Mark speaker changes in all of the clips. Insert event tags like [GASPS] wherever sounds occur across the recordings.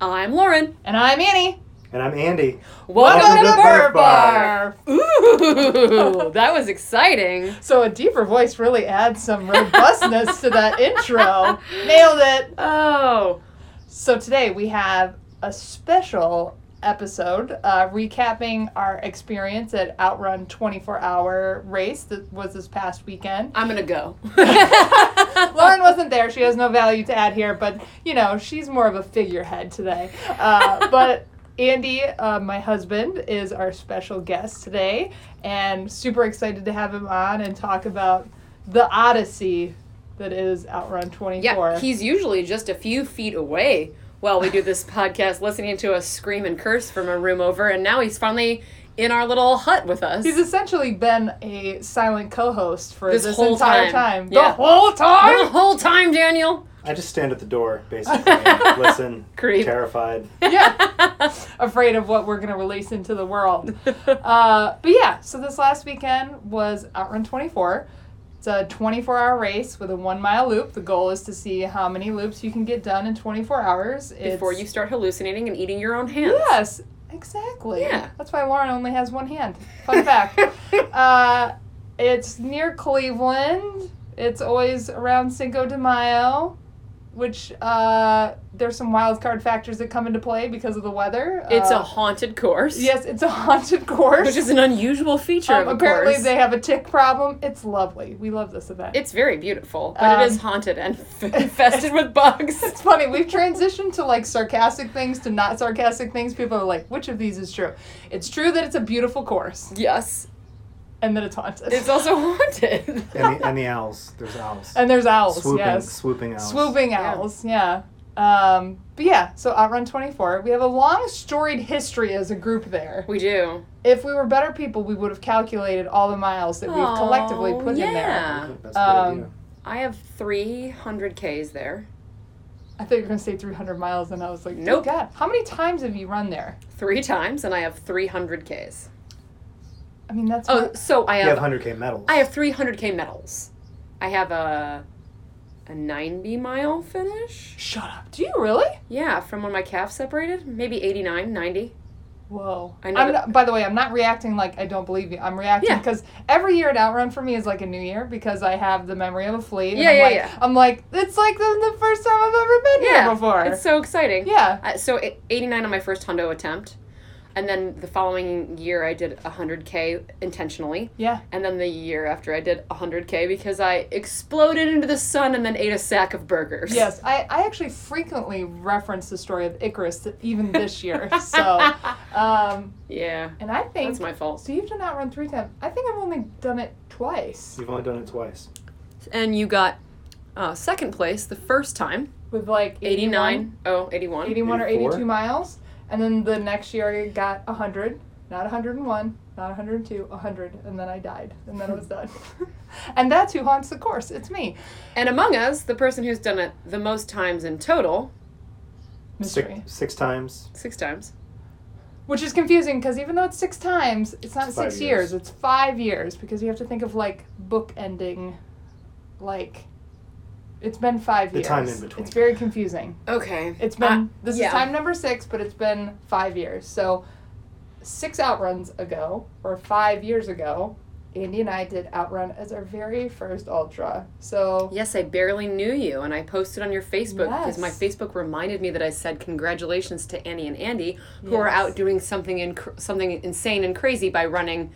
Speaker 1: I'm Lauren.
Speaker 2: And I'm Annie.
Speaker 3: And I'm Andy.
Speaker 1: Welcome,
Speaker 3: Welcome
Speaker 1: to,
Speaker 3: to
Speaker 1: Burp
Speaker 3: Burp Bar.
Speaker 1: Bar. Ooh, [LAUGHS] that was exciting.
Speaker 2: So a deeper voice really adds some robustness to that intro. Nailed it.
Speaker 1: Oh,
Speaker 2: So today we have a special episode uh, recapping our experience at Outrun 24 Hour Race that was this past weekend.
Speaker 1: I'm gonna go.
Speaker 2: Lauren wasn't there. She has no value to add here, but you know, she's more of a figurehead today.
Speaker 1: [LAUGHS]
Speaker 2: Uh, but Andy, uh, my husband, is our special guest today, and super excited to have him on and talk about the Odyssey that is Outrun 24.
Speaker 1: [LAUGHS] yeah, he's usually just a few feet away while we do this podcast, listening to us scream and curse from a room over, and now he's finally in our little hut with us. [LAUGHS]
Speaker 2: He's essentially been a silent co-host for
Speaker 1: This
Speaker 2: this,
Speaker 1: whole
Speaker 2: entire
Speaker 1: time.
Speaker 2: time.
Speaker 1: Yeah.
Speaker 2: The whole
Speaker 1: the [LAUGHS]
Speaker 2: time.
Speaker 1: whole time, Daniel. [LAUGHS]
Speaker 3: I just stand at the door, basically, and listen,
Speaker 1: Creep.
Speaker 3: terrified.
Speaker 2: yeah, afraid of what we're gonna release into the world. Uh, but yeah, so this last weekend was Outrun 24. It's a 24 hour race with a one mile loop. The goal is to see how many loops you can get done in 24 hours. It's,
Speaker 1: Before you start hallucinating and eating your own hands.
Speaker 2: Yes, exactly.
Speaker 1: Yeah.
Speaker 2: That's why Lauren only has one hand. Fun fact. uh, it's near Cleveland. It's always around Cinco de Mayo, which uh, there's some wild card factors that come into play because of the weather.
Speaker 1: [LAUGHS] It's a
Speaker 2: Uh,
Speaker 1: haunted course.
Speaker 2: yes, it's a haunted course.
Speaker 1: Which is an unusual feature
Speaker 2: Um,
Speaker 1: of a
Speaker 2: apparently
Speaker 1: course.
Speaker 2: they have a tick problem. It's lovely. We love this event.
Speaker 1: It's very beautiful, but
Speaker 2: Um,
Speaker 1: it is haunted and [LAUGHS] infested with bugs.
Speaker 2: it's funny. We've transitioned to like sarcastic things to not sarcastic things. People are like, which of these is true? It's true that it's a beautiful course
Speaker 1: Yes,
Speaker 2: and that it's haunted.
Speaker 1: it's also
Speaker 2: [LAUGHS]
Speaker 1: haunted.
Speaker 3: And the, and the owls. There's owls.
Speaker 2: and there's owls.
Speaker 3: swooping,
Speaker 2: yes.
Speaker 3: swooping owls.
Speaker 2: Swooping
Speaker 1: Yeah.
Speaker 2: owls. Yeah. Um, but yeah, so Outrun 24. We have a long storied history as a group there.
Speaker 1: we do.
Speaker 2: If we were better people, we would have calculated all the miles that
Speaker 1: Aw,
Speaker 2: we've collectively put in there.
Speaker 1: yeah.
Speaker 3: That's a good
Speaker 2: Um,
Speaker 3: idea.
Speaker 1: I have 300 Ks there.
Speaker 2: I thought you were going to say 300 miles, and I was like, "Good
Speaker 1: Nope.
Speaker 2: God, how many times have you run there?
Speaker 1: Three times, and I have 300 Ks.
Speaker 2: I mean, that's.
Speaker 1: Oh,
Speaker 2: not-
Speaker 1: so I
Speaker 3: You have
Speaker 1: have
Speaker 3: 100k medals.
Speaker 1: I have 300 K medals. I have a a 90 mile finish.
Speaker 2: Shut up. Do you really?
Speaker 1: Yeah, from when my calf separated, maybe 89, 90.
Speaker 2: Whoa.
Speaker 1: I know that-
Speaker 2: I'm not, by the way, I'm not reacting like I don't believe you. I'm reacting
Speaker 1: Yeah.
Speaker 2: because every year at Outrun for me is like a new year because I have the memory of a fleet. and
Speaker 1: Yeah,
Speaker 2: I'm
Speaker 1: yeah,
Speaker 2: like,
Speaker 1: yeah.
Speaker 2: I'm like, it's like the, the first time I've ever been
Speaker 1: Yeah,
Speaker 2: here before.
Speaker 1: It's so exciting.
Speaker 2: yeah.
Speaker 1: Uh, so e- 89 on my first hundo attempt. And then the following year, I did 100K intentionally.
Speaker 2: Yeah.
Speaker 1: And then the year after, I did 100K because I exploded into the sun and then ate a sack of burgers.
Speaker 2: Yes, I, I actually frequently reference the story of Icarus even this
Speaker 1: [LAUGHS]
Speaker 2: year. so, um,
Speaker 1: Yeah.
Speaker 2: and I think
Speaker 1: That's my fault.
Speaker 2: so. You've done Outrun three times. I think I've only done it twice
Speaker 3: You've only done it twice.
Speaker 1: And you got uh, second place the first time
Speaker 2: with like 81.
Speaker 1: 89. Oh, 81.
Speaker 2: 81 or
Speaker 3: 84?
Speaker 2: 82 miles. And then the next year I got 100, not 101, not 102, 100. And then I died. And then I was done. [LAUGHS] and that's who haunts the course. It's me.
Speaker 1: And among us, the person who's done it the most times in total,
Speaker 2: Mystery.
Speaker 3: Six, six times.
Speaker 1: six times.
Speaker 2: Which is confusing because even though it's six times, it's not
Speaker 3: It's five
Speaker 2: six years.
Speaker 3: years.
Speaker 2: It's five years because you have to think of like book ending. Like, it's been five
Speaker 3: The
Speaker 2: years.
Speaker 3: time in between.
Speaker 2: It's very confusing.
Speaker 1: Okay.
Speaker 2: It's been,
Speaker 1: Uh,
Speaker 2: this
Speaker 1: yeah.
Speaker 2: is time number six, but it's been five years. So, six outruns ago, or five years ago, Andy and I did outrun as our very first ultra. So,
Speaker 1: Yes, I barely knew you, and I posted on your Facebook because my
Speaker 2: Yes.
Speaker 1: Facebook reminded me that I said congratulations to Annie and Andy, who are
Speaker 2: Yes.
Speaker 1: out doing something inc- something insane and crazy by running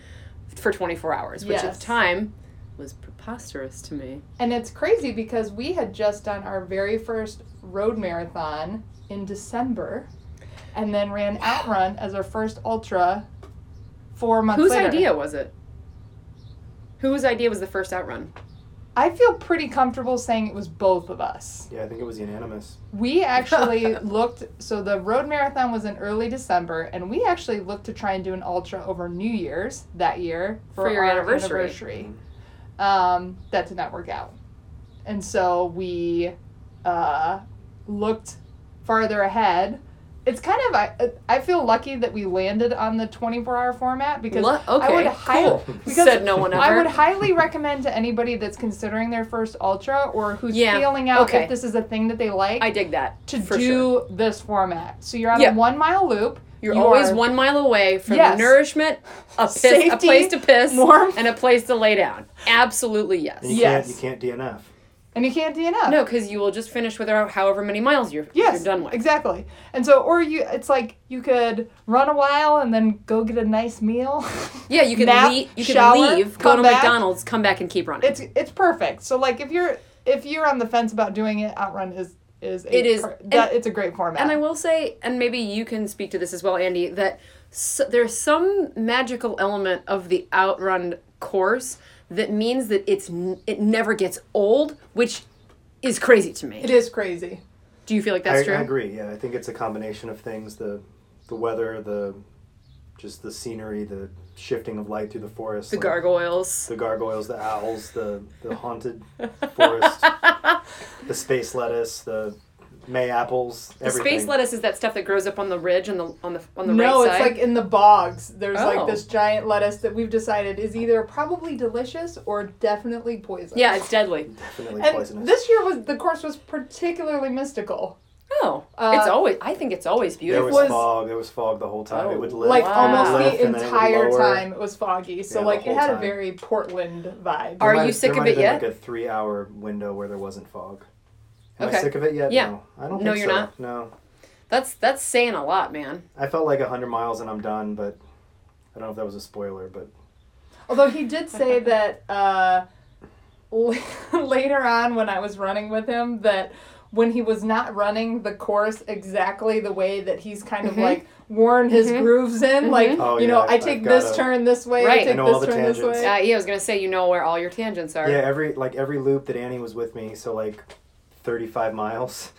Speaker 1: for 24 hours, which at
Speaker 2: Yes.
Speaker 1: the time was preposterous to me.
Speaker 2: and it's crazy because we had just done our very first road marathon in December and then ran outrun as our first ultra four months
Speaker 1: Whose
Speaker 2: later.
Speaker 1: idea was it? Whose idea was the first outrun?
Speaker 2: I feel pretty comfortable saying it was both of us.
Speaker 3: Yeah, I think it was unanimous.
Speaker 1: [LAUGHS]
Speaker 2: We actually looked, so the road marathon was in early December, and we actually looked to try and do an ultra over New Year's that year
Speaker 1: For your
Speaker 2: our
Speaker 1: anniversary.
Speaker 2: anniversary. Um, that did not work out. And so we uh, looked farther ahead it's kind of I, I feel lucky that we landed on the 24 hour format because
Speaker 1: Lu-
Speaker 2: I would
Speaker 1: okay,
Speaker 2: hi-
Speaker 1: cool.
Speaker 2: [LAUGHS] because
Speaker 1: Said no one ever.
Speaker 2: I would highly recommend to anybody that's considering their first ultra or who's
Speaker 1: Yeah,
Speaker 2: feeling out
Speaker 1: okay.
Speaker 2: if this is a thing that they
Speaker 1: [LAUGHS]
Speaker 2: like
Speaker 1: I dig that.
Speaker 2: to
Speaker 1: for
Speaker 2: do
Speaker 1: sure.
Speaker 2: this format. So you're on
Speaker 1: Yeah.
Speaker 2: a one mile loop.
Speaker 1: You're
Speaker 2: you
Speaker 1: always
Speaker 2: are-
Speaker 1: one mile away from
Speaker 2: Yes.
Speaker 1: nourishment, a, piss, a
Speaker 2: Safety,
Speaker 1: place to piss,
Speaker 2: warmth.
Speaker 1: and a place to lay down. Absolutely yes.
Speaker 3: And you
Speaker 2: Yes.
Speaker 3: can't you can't DNF.
Speaker 2: and you can't DNF.
Speaker 1: No, because you will just finish with her however many miles you're,
Speaker 2: Yes,
Speaker 1: you're done with.
Speaker 2: exactly. And so, or you, it's like you could run a while and then go get a nice meal. [LAUGHS]
Speaker 1: Yeah, you can
Speaker 2: Nap,
Speaker 1: leave. You can
Speaker 2: shower,
Speaker 1: leave, go
Speaker 2: come
Speaker 1: to
Speaker 2: back.
Speaker 1: McDonald's, come back and keep running.
Speaker 2: it's it's perfect. So like if you're if you're on the fence about doing it, outrun is is a
Speaker 1: It is.
Speaker 2: per- that it's a great format.
Speaker 1: and I will say, and maybe you can speak to this as well, Andy, that s there's some magical element of the outrun course that means that it's n- it never gets old, which is crazy to me.
Speaker 2: it is crazy.
Speaker 1: Do you feel like
Speaker 3: I,
Speaker 1: that's true?
Speaker 3: I agree. Yeah, I think it's a combination of things: the the weather, the just the scenery, the shifting of light through the forest,
Speaker 1: The
Speaker 3: like,
Speaker 1: gargoyles.
Speaker 3: the gargoyles, the owls, the the haunted forest, the space lettuce, the May apples,
Speaker 1: The
Speaker 3: everything.
Speaker 1: space lettuce is that stuff that grows up on the ridge on the on the on the
Speaker 2: No,
Speaker 1: right
Speaker 2: it's
Speaker 1: side.
Speaker 2: like in the bogs. There's
Speaker 1: Oh.
Speaker 2: like this giant lettuce that we've decided is either probably delicious or definitely poison.
Speaker 1: yeah, it's deadly.
Speaker 2: [LAUGHS]
Speaker 3: Definitely
Speaker 2: And
Speaker 3: poisonous.
Speaker 2: this year was the course was particularly mystical.
Speaker 1: Oh,
Speaker 2: Uh,
Speaker 1: it's always. I think it's always
Speaker 3: there
Speaker 1: beautiful.
Speaker 3: was,
Speaker 2: was-
Speaker 3: fog. There was fog the whole time.
Speaker 1: Oh.
Speaker 3: it would lift,
Speaker 2: Like
Speaker 1: Wow.
Speaker 2: almost
Speaker 1: Left
Speaker 2: the
Speaker 3: and then it would
Speaker 2: entire
Speaker 3: lower.
Speaker 2: time it was foggy. So
Speaker 3: Yeah, the
Speaker 2: like it
Speaker 3: whole
Speaker 2: had a
Speaker 3: time.
Speaker 2: very Portland vibe.
Speaker 1: Are
Speaker 3: There
Speaker 1: you
Speaker 3: might-
Speaker 1: sick
Speaker 3: there
Speaker 1: of it
Speaker 3: might have been,
Speaker 1: yet?
Speaker 3: Like a three-hour window where there wasn't fog. Am
Speaker 1: Okay.
Speaker 3: I sick of it yet?
Speaker 1: Yeah.
Speaker 3: No, I don't.
Speaker 1: No,
Speaker 3: think
Speaker 1: you're
Speaker 3: so.
Speaker 1: not?
Speaker 3: No,
Speaker 1: That's that's saying a lot, man.
Speaker 3: I felt like hundred miles and I'm done, but I don't know if that was a spoiler, but
Speaker 2: Although he did say [LAUGHS] that uh, [LAUGHS] l- later on when I was running with him, that when he was not running the course exactly the way that he's kind of like worn his grooves in, like,
Speaker 3: Mm-hmm. Oh,
Speaker 2: you know,
Speaker 3: yeah,
Speaker 2: I take
Speaker 3: I've
Speaker 2: this
Speaker 3: gotta-
Speaker 2: turn this way,
Speaker 1: Right.
Speaker 2: I
Speaker 1: I
Speaker 2: take
Speaker 3: know all
Speaker 2: this
Speaker 3: the
Speaker 2: turn this
Speaker 3: tangents.
Speaker 2: way.
Speaker 1: Uh, yeah, I was gonna say you know where all your tangents are.
Speaker 3: yeah, every like every loop that Annie was with me, so like thirty-five miles,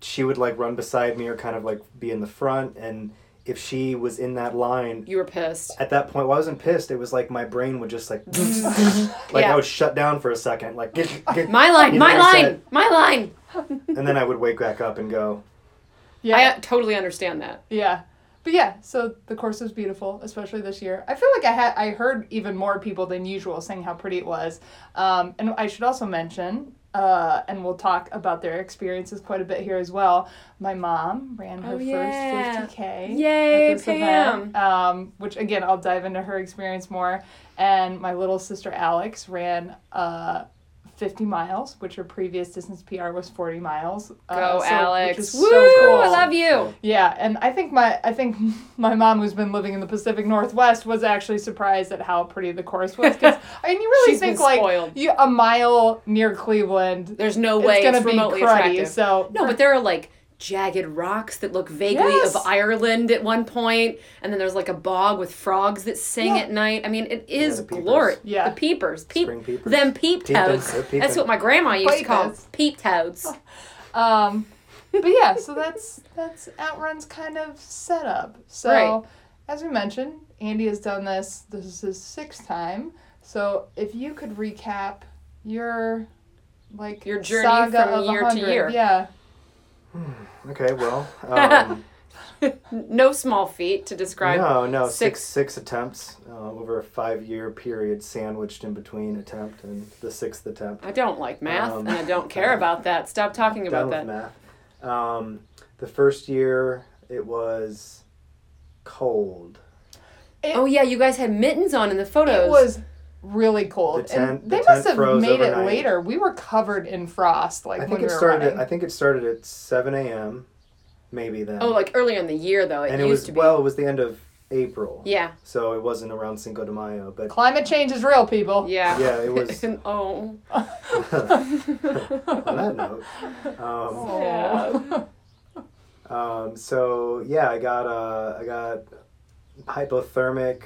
Speaker 3: she would like run beside me or kind of like be in the front, and if she was in that line.
Speaker 1: You were pissed.
Speaker 3: At that point, well, I wasn't pissed. It was like my brain would just like, [LAUGHS] like
Speaker 1: Mm-hmm. [LAUGHS] Yeah.
Speaker 3: I was shut down for a second. Like, get, get,
Speaker 1: My line,
Speaker 3: you
Speaker 1: my
Speaker 3: know, I
Speaker 1: line,
Speaker 3: said-
Speaker 1: my line.
Speaker 3: and then I would wake back up and go,
Speaker 2: Yeah.
Speaker 1: I totally understand that.
Speaker 2: yeah. But yeah, so the course was beautiful, especially this year. I feel like I had I heard even more people than usual saying how pretty it was. Um, and I should also mention, uh, and we'll talk about their experiences quite a bit here as well. My mom ran her
Speaker 1: Oh, yeah.
Speaker 2: first 50k.
Speaker 1: Yay,
Speaker 2: at this event, um, which again, I'll dive into her experience more. And my little sister Alex ran uh, 50 miles, which her previous distance PR was 40 miles.
Speaker 1: Go,
Speaker 2: uh, so- which
Speaker 1: Alex.
Speaker 2: is
Speaker 1: Woo!
Speaker 2: cool.
Speaker 1: I love you.
Speaker 2: Yeah, and I think my I think [LAUGHS] my mom, who's been living in the Pacific Northwest, was actually surprised at how pretty the course was.
Speaker 1: [LAUGHS]
Speaker 2: Because I mean, you really
Speaker 1: She's been
Speaker 2: think like
Speaker 1: spoiled.
Speaker 2: you, a mile near Cleveland,
Speaker 1: There's no way
Speaker 2: it's
Speaker 1: it's,
Speaker 2: gonna be
Speaker 1: remotely
Speaker 2: cruddy.
Speaker 1: attractive.
Speaker 2: So
Speaker 1: No, but there are like jagged rocks that look vaguely
Speaker 2: Yes.
Speaker 1: of Ireland at one point, and then there's like a bog with frogs that sing
Speaker 2: Yeah.
Speaker 1: at night. I mean, it is
Speaker 3: the peepers.
Speaker 1: glory.
Speaker 2: Yeah.
Speaker 1: the peepers, peep,
Speaker 3: Spring peepers.
Speaker 1: them peep
Speaker 3: Peeping,
Speaker 1: toads.
Speaker 3: they're peeping.
Speaker 1: That's what my grandma used to call them,
Speaker 2: Peepers. Ah.
Speaker 1: peep toads.
Speaker 2: Um, but yeah, so that's that's Outrun's kind of setup. So
Speaker 1: Right.
Speaker 2: as we mentioned, Andy has done this. This is his sixth time. So if you could recap your like
Speaker 1: Your journey
Speaker 2: saga
Speaker 1: from
Speaker 2: of
Speaker 1: year to
Speaker 2: 100.
Speaker 1: year.
Speaker 2: yeah,
Speaker 1: [LAUGHS]
Speaker 3: okay, well, um,
Speaker 1: No small feat to describe.
Speaker 3: No, no, six
Speaker 1: Six.
Speaker 3: six attempts uh, over a five year period, sandwiched in between attempt and the sixth attempt.
Speaker 1: I don't like math,
Speaker 3: Um,
Speaker 1: and I don't care about that. Stop talking about
Speaker 3: Done
Speaker 1: that.
Speaker 3: with math. Um, the first year it was cold.
Speaker 1: Oh yeah, you guys had mittens on in the photos.
Speaker 2: it was really cold.
Speaker 3: The tent-
Speaker 2: and they
Speaker 3: the
Speaker 2: must
Speaker 3: tent
Speaker 2: have
Speaker 3: froze
Speaker 2: made it
Speaker 3: overnight.
Speaker 2: later. We were covered in frost, like
Speaker 3: I
Speaker 2: when
Speaker 3: think
Speaker 2: we
Speaker 3: it
Speaker 2: were
Speaker 3: started. At,
Speaker 2: running.
Speaker 3: I think it started at seven a.m. Maybe then.
Speaker 1: Oh, like earlier in the year though. It
Speaker 3: and it
Speaker 1: used
Speaker 3: was
Speaker 1: to be.
Speaker 3: well, it was the end of April.
Speaker 1: yeah,
Speaker 3: So it wasn't around Cinco de Mayo,
Speaker 1: [LAUGHS]
Speaker 3: but [LAUGHS]
Speaker 2: Climate change is real, people.
Speaker 1: yeah.
Speaker 3: yeah, it
Speaker 1: [LAUGHS]
Speaker 3: was.
Speaker 1: oh,
Speaker 3: [LAUGHS] on that note, um,
Speaker 1: Yeah.
Speaker 3: Um, so yeah, I got uh, I got hypothermic,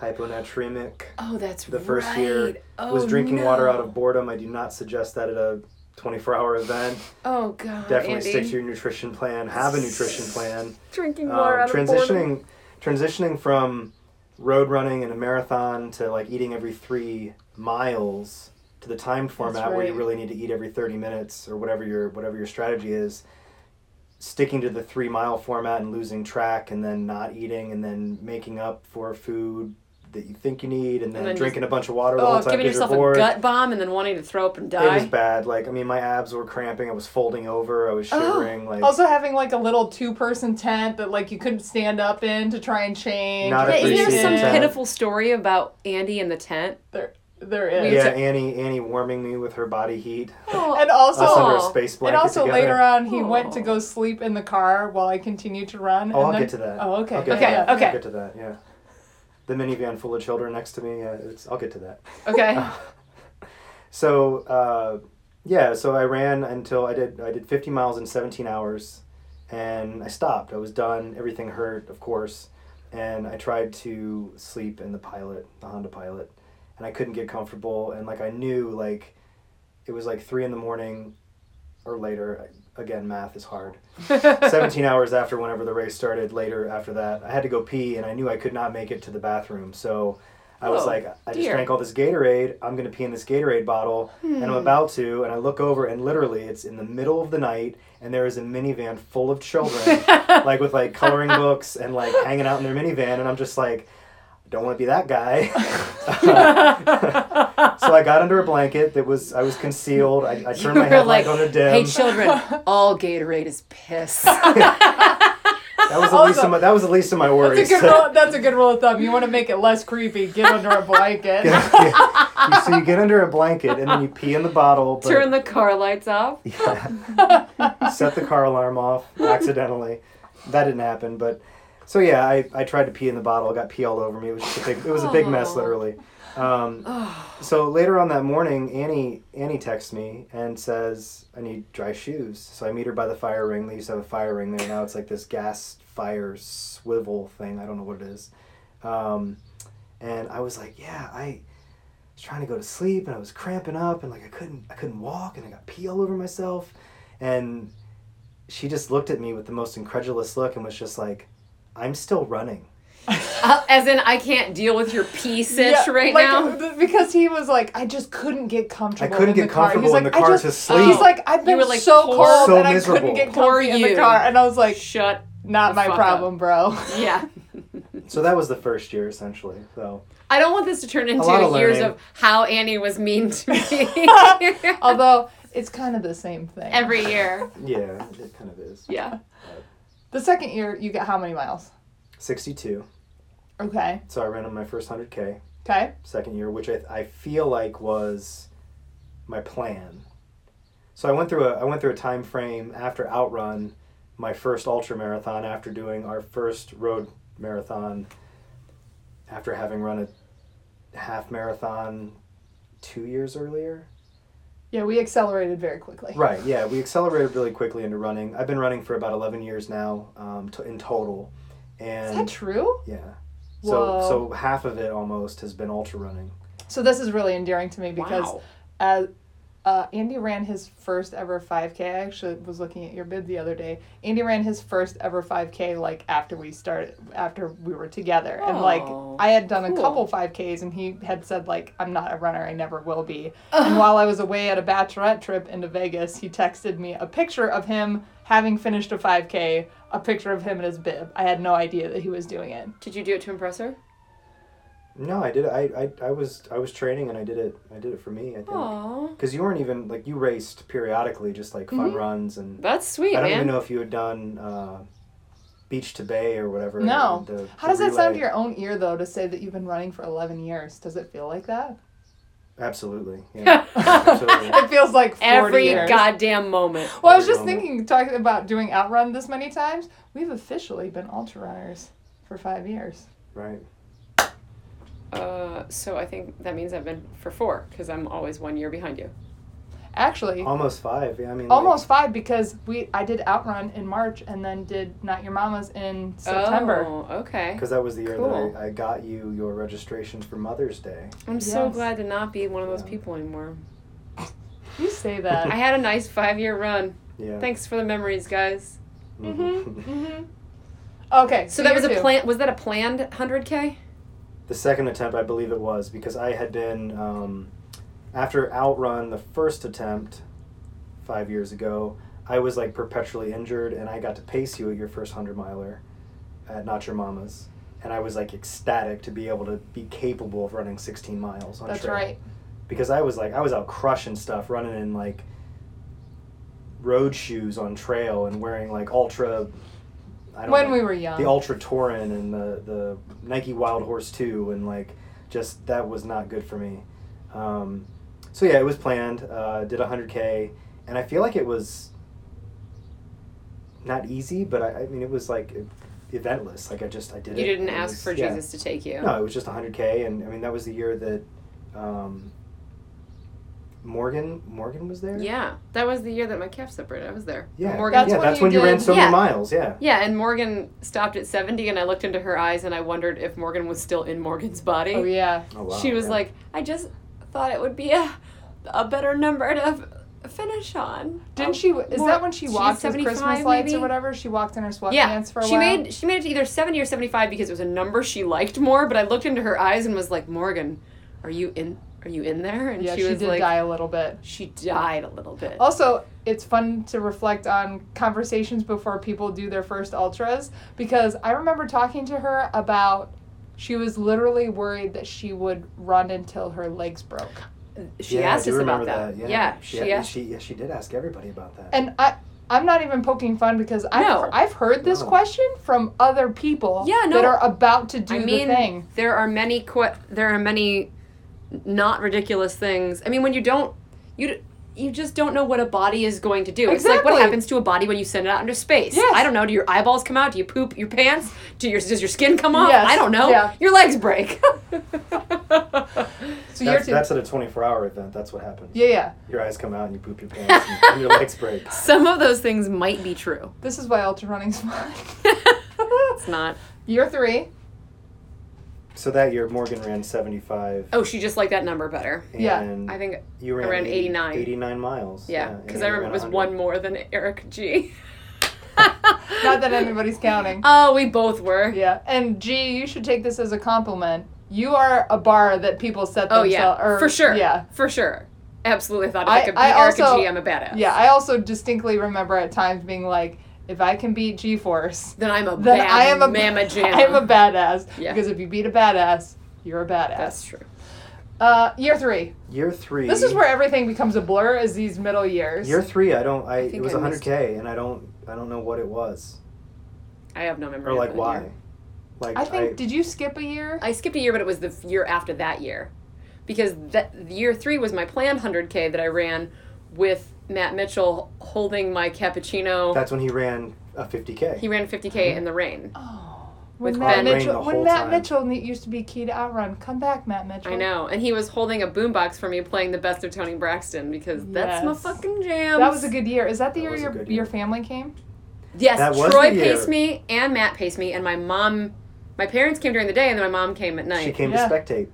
Speaker 3: hyponatremic.
Speaker 1: oh, that's
Speaker 3: The first year
Speaker 1: right. oh,
Speaker 3: was drinking
Speaker 1: no.
Speaker 3: water out of boredom. I do not suggest that at a 24 hour event.
Speaker 1: Oh god.
Speaker 3: Definitely
Speaker 1: Andy.
Speaker 3: stick to your nutrition plan. Have a nutrition
Speaker 1: [LAUGHS]
Speaker 3: plan.
Speaker 1: drinking water
Speaker 3: Um,
Speaker 1: out of boredom.
Speaker 3: transitioning, transitioning from road running and a marathon to like eating every three miles to the timed format where you
Speaker 2: right.
Speaker 3: really need to eat every 30 minutes or whatever your whatever your strategy is. sticking to the three mile format and losing track and then not eating and then making up for food that you think you need and then,
Speaker 1: then
Speaker 3: drinking a bunch of water the whole
Speaker 1: Oh,
Speaker 3: time
Speaker 1: giving
Speaker 3: because you're
Speaker 1: yourself a
Speaker 3: bored.
Speaker 1: gut bomb and then wanting to throw up and
Speaker 3: It was
Speaker 1: die.
Speaker 3: bad. Like I mean, my abs were cramping. I was folding over. I was
Speaker 1: Oh,
Speaker 3: shivering. like
Speaker 2: [LAUGHS] Also having like a little two person tent that like you couldn't stand up in to try and change.
Speaker 3: Not a
Speaker 1: Yeah, isn't there
Speaker 3: Appreciate
Speaker 1: some
Speaker 3: that.
Speaker 1: pitiful story about Andy in the
Speaker 3: [LAUGHS]
Speaker 1: tent?
Speaker 2: There, there is.
Speaker 3: yeah, Annie Annie warming me with her body heat.
Speaker 1: Oh, [LAUGHS]
Speaker 2: And also,
Speaker 3: Us under a
Speaker 1: Aw.
Speaker 3: space
Speaker 2: and
Speaker 3: blanket
Speaker 2: also
Speaker 3: together.
Speaker 2: later on, he
Speaker 1: Aw.
Speaker 2: went to go sleep in the car while I continued to run.
Speaker 3: Oh,
Speaker 2: and
Speaker 3: I'll
Speaker 2: then-
Speaker 3: get to that.
Speaker 2: Oh, okay.
Speaker 3: I'll get to
Speaker 2: Okay,
Speaker 3: that.
Speaker 1: okay.
Speaker 3: I'll get to that. Yeah. The minivan full of children next to me. Yeah, it's, I'll get to that.
Speaker 2: Okay.
Speaker 3: [LAUGHS] So uh, yeah, so I ran until I did I did fifty miles in seventeen hours, and I stopped. I was done. Everything hurt, of course, and I tried to sleep in the pilot, the Honda Pilot, and I couldn't get comfortable. And like I knew, like it was like three in the morning, or later. Again, math is hard. 17 hours after whenever the race started, later after that, I had to go pee and I knew I could not make it to the bathroom. So I was
Speaker 1: Oh,
Speaker 3: like, I just
Speaker 1: dear.
Speaker 3: drank all this Gatorade. I'm going to pee in this Gatorade bottle and
Speaker 1: Hmm.
Speaker 3: I'm about to. And I look over and literally it's in the middle of the night and there is a minivan full
Speaker 1: [LAUGHS]
Speaker 3: of children, like with like coloring books and like hanging out in their minivan. And I'm just like, I don't want to be that guy. [LAUGHS] so I got under a blanket that was, I was concealed. I, I turned my
Speaker 1: We're like,
Speaker 3: headlight on a dim.
Speaker 1: hey children,
Speaker 3: [LAUGHS]
Speaker 1: all Gatorade is piss.
Speaker 3: That was the least of my, that was the least of my worries. [LAUGHS]
Speaker 2: That's a, good rule, that's a good rule of thumb. You want to make it less creepy, get under a blanket.
Speaker 3: You- so you get under a blanket and then you pee in the bottle. But
Speaker 1: Turn the car lights off.
Speaker 3: set the car alarm off accidentally. That didn't happen, but so yeah, I, I tried to pee in the bottle. I got pee all over me. It was just a big it was a big mess literally. Um, so later on that morning, Annie Annie texts me and says I need dry shoes. So I meet her by the fire ring. They used to have a fire ring there. Now it's like this gas fire swivel thing. I don't know what it is. Um, and I was like, yeah, I was trying to go to sleep and I was cramping up and like I couldn't I couldn't walk and I got pee all over myself and she just looked at me with the most incredulous look and was just like, "I'm still running."
Speaker 1: Uh, as in, I can't deal with your pee sitch
Speaker 2: Yeah,
Speaker 1: right
Speaker 2: like,
Speaker 1: now.
Speaker 3: uh,
Speaker 2: b- Because he was like, I just couldn't get comfortable.
Speaker 3: couldn't
Speaker 2: in the
Speaker 3: get
Speaker 2: car. He was
Speaker 3: comfortable in
Speaker 2: like,
Speaker 3: the
Speaker 2: I
Speaker 3: car
Speaker 2: just-
Speaker 3: to sleep.
Speaker 2: He's like, I've been
Speaker 1: were, like,
Speaker 2: so
Speaker 1: poor-
Speaker 2: cold
Speaker 3: So
Speaker 2: and I
Speaker 3: miserable.
Speaker 2: couldn't get
Speaker 1: Poor
Speaker 2: comfy in the
Speaker 1: you.
Speaker 2: car. And I was like,
Speaker 1: Shut.
Speaker 2: not my
Speaker 1: fuck
Speaker 2: problem, bro.
Speaker 1: [LAUGHS] Yeah.
Speaker 3: So that was the first year, essentially. So
Speaker 1: I don't want this to turn into
Speaker 3: lot of
Speaker 1: years
Speaker 3: learning.
Speaker 1: of how Annie was mean to me
Speaker 3: [LAUGHS]
Speaker 2: Although it's kind of the same thing.
Speaker 1: every year.
Speaker 3: yeah, it kind of is.
Speaker 1: Yeah.
Speaker 2: the second year, you get how many miles?
Speaker 3: Sixty-two.
Speaker 2: Okay.
Speaker 3: So I ran on my first hundred k
Speaker 2: Okay.
Speaker 3: second year, which I, I feel like was my plan. So I went through a I went through a time frame after Outrun, my first ultra marathon after doing our first road marathon, after having run a half marathon two years earlier.
Speaker 2: Yeah, we accelerated very quickly.
Speaker 3: Right. Yeah, we accelerated really quickly into running. I've been running for about eleven years now, um, to in total,
Speaker 2: Is
Speaker 3: and
Speaker 2: that true?
Speaker 3: yeah.
Speaker 2: Whoa.
Speaker 3: So so half of it almost has been ultra running.
Speaker 2: So this is really endearing to me because
Speaker 1: wow.
Speaker 2: uh, uh, Andy ran his first ever 5K. I actually was looking at your bid the other day. Andy ran his first ever 5K like after we started, after we were together. And like
Speaker 1: Oh,
Speaker 2: I had done a
Speaker 1: cool.
Speaker 2: couple 5Ks and he had said like, I'm not a runner. I never
Speaker 1: [LAUGHS]
Speaker 2: will be. And while I was away at a bachelorette trip into Vegas, he texted me a picture of him having finished a 5K, a picture of him in his bib. I had no idea that he was doing it.
Speaker 1: Did you do it to impress her?
Speaker 3: No, I did. I, I I was I was training and I did it. I did it for me. I think
Speaker 1: Aw.
Speaker 3: because you weren't even like you raced periodically, just like
Speaker 2: Mm-hmm.
Speaker 3: fun runs and
Speaker 1: That's sweet,
Speaker 3: I don't
Speaker 1: man.
Speaker 3: even know if you had done uh, beach to bay or whatever.
Speaker 2: No.
Speaker 3: the- the
Speaker 2: How does that sound to
Speaker 3: relay.
Speaker 2: your own ear though to say that you've been running for 11 years? Does it feel like that?
Speaker 3: Absolutely.
Speaker 2: [LAUGHS]
Speaker 3: Yeah. Absolutely.
Speaker 2: It feels like 40
Speaker 1: Every
Speaker 2: years.
Speaker 1: goddamn moment.
Speaker 2: Well, I was
Speaker 3: Every
Speaker 2: just
Speaker 3: moment.
Speaker 2: thinking, talking about doing Outrun this many times, we've officially been ultra runners for five years.
Speaker 3: Right.
Speaker 1: Uh, so I think that means I've been for four because I'm always one year behind you.
Speaker 2: Actually,
Speaker 3: Almost five. Yeah. I mean. like-
Speaker 2: almost five because we I did Outrun in March and then did Not Your Mama's in September.
Speaker 1: Oh, okay.
Speaker 3: because that was the year
Speaker 1: Cool.
Speaker 3: that I, I got you your registration for Mother's Day.
Speaker 1: I'm so
Speaker 2: Yes.
Speaker 1: glad to not be one of those
Speaker 3: Yeah.
Speaker 1: people anymore.
Speaker 2: You say that.
Speaker 1: [LAUGHS]
Speaker 3: [LAUGHS]
Speaker 1: I had a nice five year run.
Speaker 3: Yeah.
Speaker 1: Thanks for the memories, guys.
Speaker 2: mm-hmm, mm-hmm. Okay,
Speaker 1: So that was
Speaker 2: year
Speaker 1: a
Speaker 2: two.
Speaker 1: plan. Was that a planned 100k?
Speaker 3: The second attempt, I believe it was, because I had been um, after Outrun, the first attempt five years ago. I was like perpetually injured, and I got to pace you at your first hundred miler, at Not Your Mama's, and I was like ecstatic to be able to be capable of running sixteen miles on
Speaker 2: That's
Speaker 3: trail.
Speaker 2: right.
Speaker 3: Because I was like I was out crushing stuff, running in like road shoes on trail and wearing like ultra. I don't
Speaker 2: When
Speaker 3: know,
Speaker 2: we were young.
Speaker 3: the Ultra Touran and the the Nike Wild Horse Two, and like just that was not good for me. Um, so yeah, it was planned. Uh, did hundred k, and I feel like it was not easy, but I, I mean it was like eventless. Like I just I did
Speaker 1: You
Speaker 3: it.
Speaker 1: didn't
Speaker 3: It
Speaker 1: ask
Speaker 3: was-
Speaker 1: for
Speaker 3: yeah.
Speaker 1: Jesus to take you.
Speaker 3: No, it was just 100K, and I mean that was the year that um, Morgan Morgan was there.
Speaker 1: Yeah, that was the year that my calf separated. I was there.
Speaker 3: yeah,
Speaker 1: Morgan.
Speaker 2: That's
Speaker 3: yeah.
Speaker 2: when
Speaker 3: That's
Speaker 2: you
Speaker 3: when you
Speaker 2: did-
Speaker 3: ran so
Speaker 1: Yeah.
Speaker 3: many miles. Yeah,
Speaker 1: Yeah, and Morgan stopped at 70, and I looked into her eyes and I wondered if Morgan was still in Morgan's body.
Speaker 2: Oh yeah.
Speaker 3: oh, wow,
Speaker 1: she was
Speaker 3: yeah.
Speaker 1: like, I just thought it would be a, a better number to f- finish on.
Speaker 2: Didn't she? Is
Speaker 1: more-
Speaker 2: that when she
Speaker 1: she's
Speaker 2: walked with
Speaker 1: 75
Speaker 2: Christmas lights
Speaker 1: maybe?
Speaker 2: or whatever? She walked in her sweatpants
Speaker 1: Yeah,
Speaker 2: for a
Speaker 1: she
Speaker 2: while.
Speaker 1: made she made it to either 70 or 75 because it was a number she liked more. But I looked into her eyes and was like, Morgan, are you in? Are you in there? And
Speaker 2: yeah,
Speaker 1: she,
Speaker 2: she,
Speaker 1: was
Speaker 2: did
Speaker 1: like,
Speaker 2: die a little bit.
Speaker 1: she died a little bit.
Speaker 2: Also, it's fun to reflect on conversations before people do their first ultras because I remember talking to her about she was literally worried that she would run until her legs broke.
Speaker 1: She
Speaker 3: Yeah, I
Speaker 1: asked
Speaker 3: do
Speaker 1: us about
Speaker 3: remember
Speaker 1: that.
Speaker 3: Yeah,
Speaker 1: she,
Speaker 3: she,
Speaker 1: asked.
Speaker 3: she, yeah, she did ask everybody about that.
Speaker 2: And I I'm not even poking fun because I've,
Speaker 1: No.
Speaker 2: I've heard this
Speaker 3: No.
Speaker 2: question from other people
Speaker 1: Yeah, no.
Speaker 2: that are about to do
Speaker 1: I
Speaker 2: the
Speaker 1: mean,
Speaker 2: thing.
Speaker 1: there are many qu- there are many not ridiculous things. I mean, when you don't you d- you just don't know what a body is going to do. It's like what
Speaker 2: Exactly.
Speaker 1: happens to a body when you send it out into space.
Speaker 2: Yes.
Speaker 1: I don't know. Do your eyeballs come out? Do you poop your pants? Do your does your skin come off?
Speaker 2: Yes,
Speaker 1: I don't know.
Speaker 2: yeah.
Speaker 1: Your legs break. [LAUGHS]
Speaker 2: So you're
Speaker 3: that's,
Speaker 2: to,
Speaker 3: that's at a 24 hour event. That's what happens.
Speaker 2: yeah, yeah.
Speaker 3: Your eyes come out and you poop
Speaker 1: [LAUGHS]
Speaker 3: your pants and, and your legs break.
Speaker 1: Some of those things might be true. [LAUGHS]
Speaker 2: This is why ultra running's [LAUGHS] fun.
Speaker 1: it's not.
Speaker 2: Year three.
Speaker 3: So that year, Morgan ran 75.
Speaker 1: Oh, she just liked that number better.
Speaker 2: yeah,
Speaker 3: And
Speaker 1: I think
Speaker 3: you ran
Speaker 1: around 89.
Speaker 3: 89 miles.
Speaker 1: yeah,
Speaker 3: and
Speaker 1: because
Speaker 3: you
Speaker 1: I remember
Speaker 3: ran
Speaker 1: it was
Speaker 3: 100.
Speaker 1: one more than Eric G.
Speaker 2: [LAUGHS] Not that anybody's counting.
Speaker 1: [LAUGHS] Oh, we both were.
Speaker 2: Yeah, and G, you should take this as a compliment. You are a bar that people set
Speaker 1: Oh
Speaker 2: themselves.
Speaker 1: yeah,
Speaker 2: or,
Speaker 1: for sure.
Speaker 2: Yeah,
Speaker 1: for sure. Absolutely, I thought if
Speaker 2: I-
Speaker 1: I, could beat
Speaker 2: I
Speaker 1: Erica
Speaker 2: also-
Speaker 1: G, I'm a badass.
Speaker 2: yeah. I also distinctly remember at times being like, if I can beat G Force,
Speaker 1: then I'm a
Speaker 2: then
Speaker 1: bad
Speaker 2: I am a
Speaker 1: mama
Speaker 2: [LAUGHS]
Speaker 1: jam.
Speaker 2: I am a badass.
Speaker 1: Yeah.
Speaker 2: Because if you beat a badass, you're a badass.
Speaker 1: That's true.
Speaker 2: Uh, year three.
Speaker 3: Year three.
Speaker 2: This is where everything becomes a blur. Is these middle years.
Speaker 3: Year three, I don't. I, it
Speaker 1: think
Speaker 3: was
Speaker 1: I
Speaker 3: 100k, and I don't. I don't know what it was
Speaker 1: I have no memory.
Speaker 3: or
Speaker 1: of
Speaker 3: like
Speaker 1: that
Speaker 3: why.
Speaker 1: year.
Speaker 3: Like
Speaker 2: I think. did you skip a year?
Speaker 1: I skipped a year, but it was the f- year after that year, because that year three was my planned 100k that I ran with Matt Mitchell holding my cappuccino.
Speaker 3: that's when he ran a 50k.
Speaker 1: he ran 50k
Speaker 3: Mm-hmm.
Speaker 1: in the rain.
Speaker 2: Oh. When
Speaker 1: With Ben.
Speaker 2: Matt Mitchell,
Speaker 3: Rain the
Speaker 2: when
Speaker 3: whole
Speaker 2: Matt
Speaker 3: time.
Speaker 2: Mitchell ne- used to be key to outrun, come back, Matt Mitchell.
Speaker 1: I know, and he was holding a boombox for me playing the best of Tony Braxton because that's my
Speaker 2: Yes.
Speaker 1: fucking jam.
Speaker 2: That was a good year. Is that the
Speaker 3: That
Speaker 2: year
Speaker 3: was a
Speaker 2: your,
Speaker 3: good
Speaker 2: your
Speaker 3: year.
Speaker 2: family came?
Speaker 1: Yes,
Speaker 3: That was
Speaker 1: Troy
Speaker 3: the year.
Speaker 1: paced me and Matt paced me, and my mom. My parents came during the day, and then my mom came at night.
Speaker 3: she came
Speaker 2: Yeah.
Speaker 3: to spectate.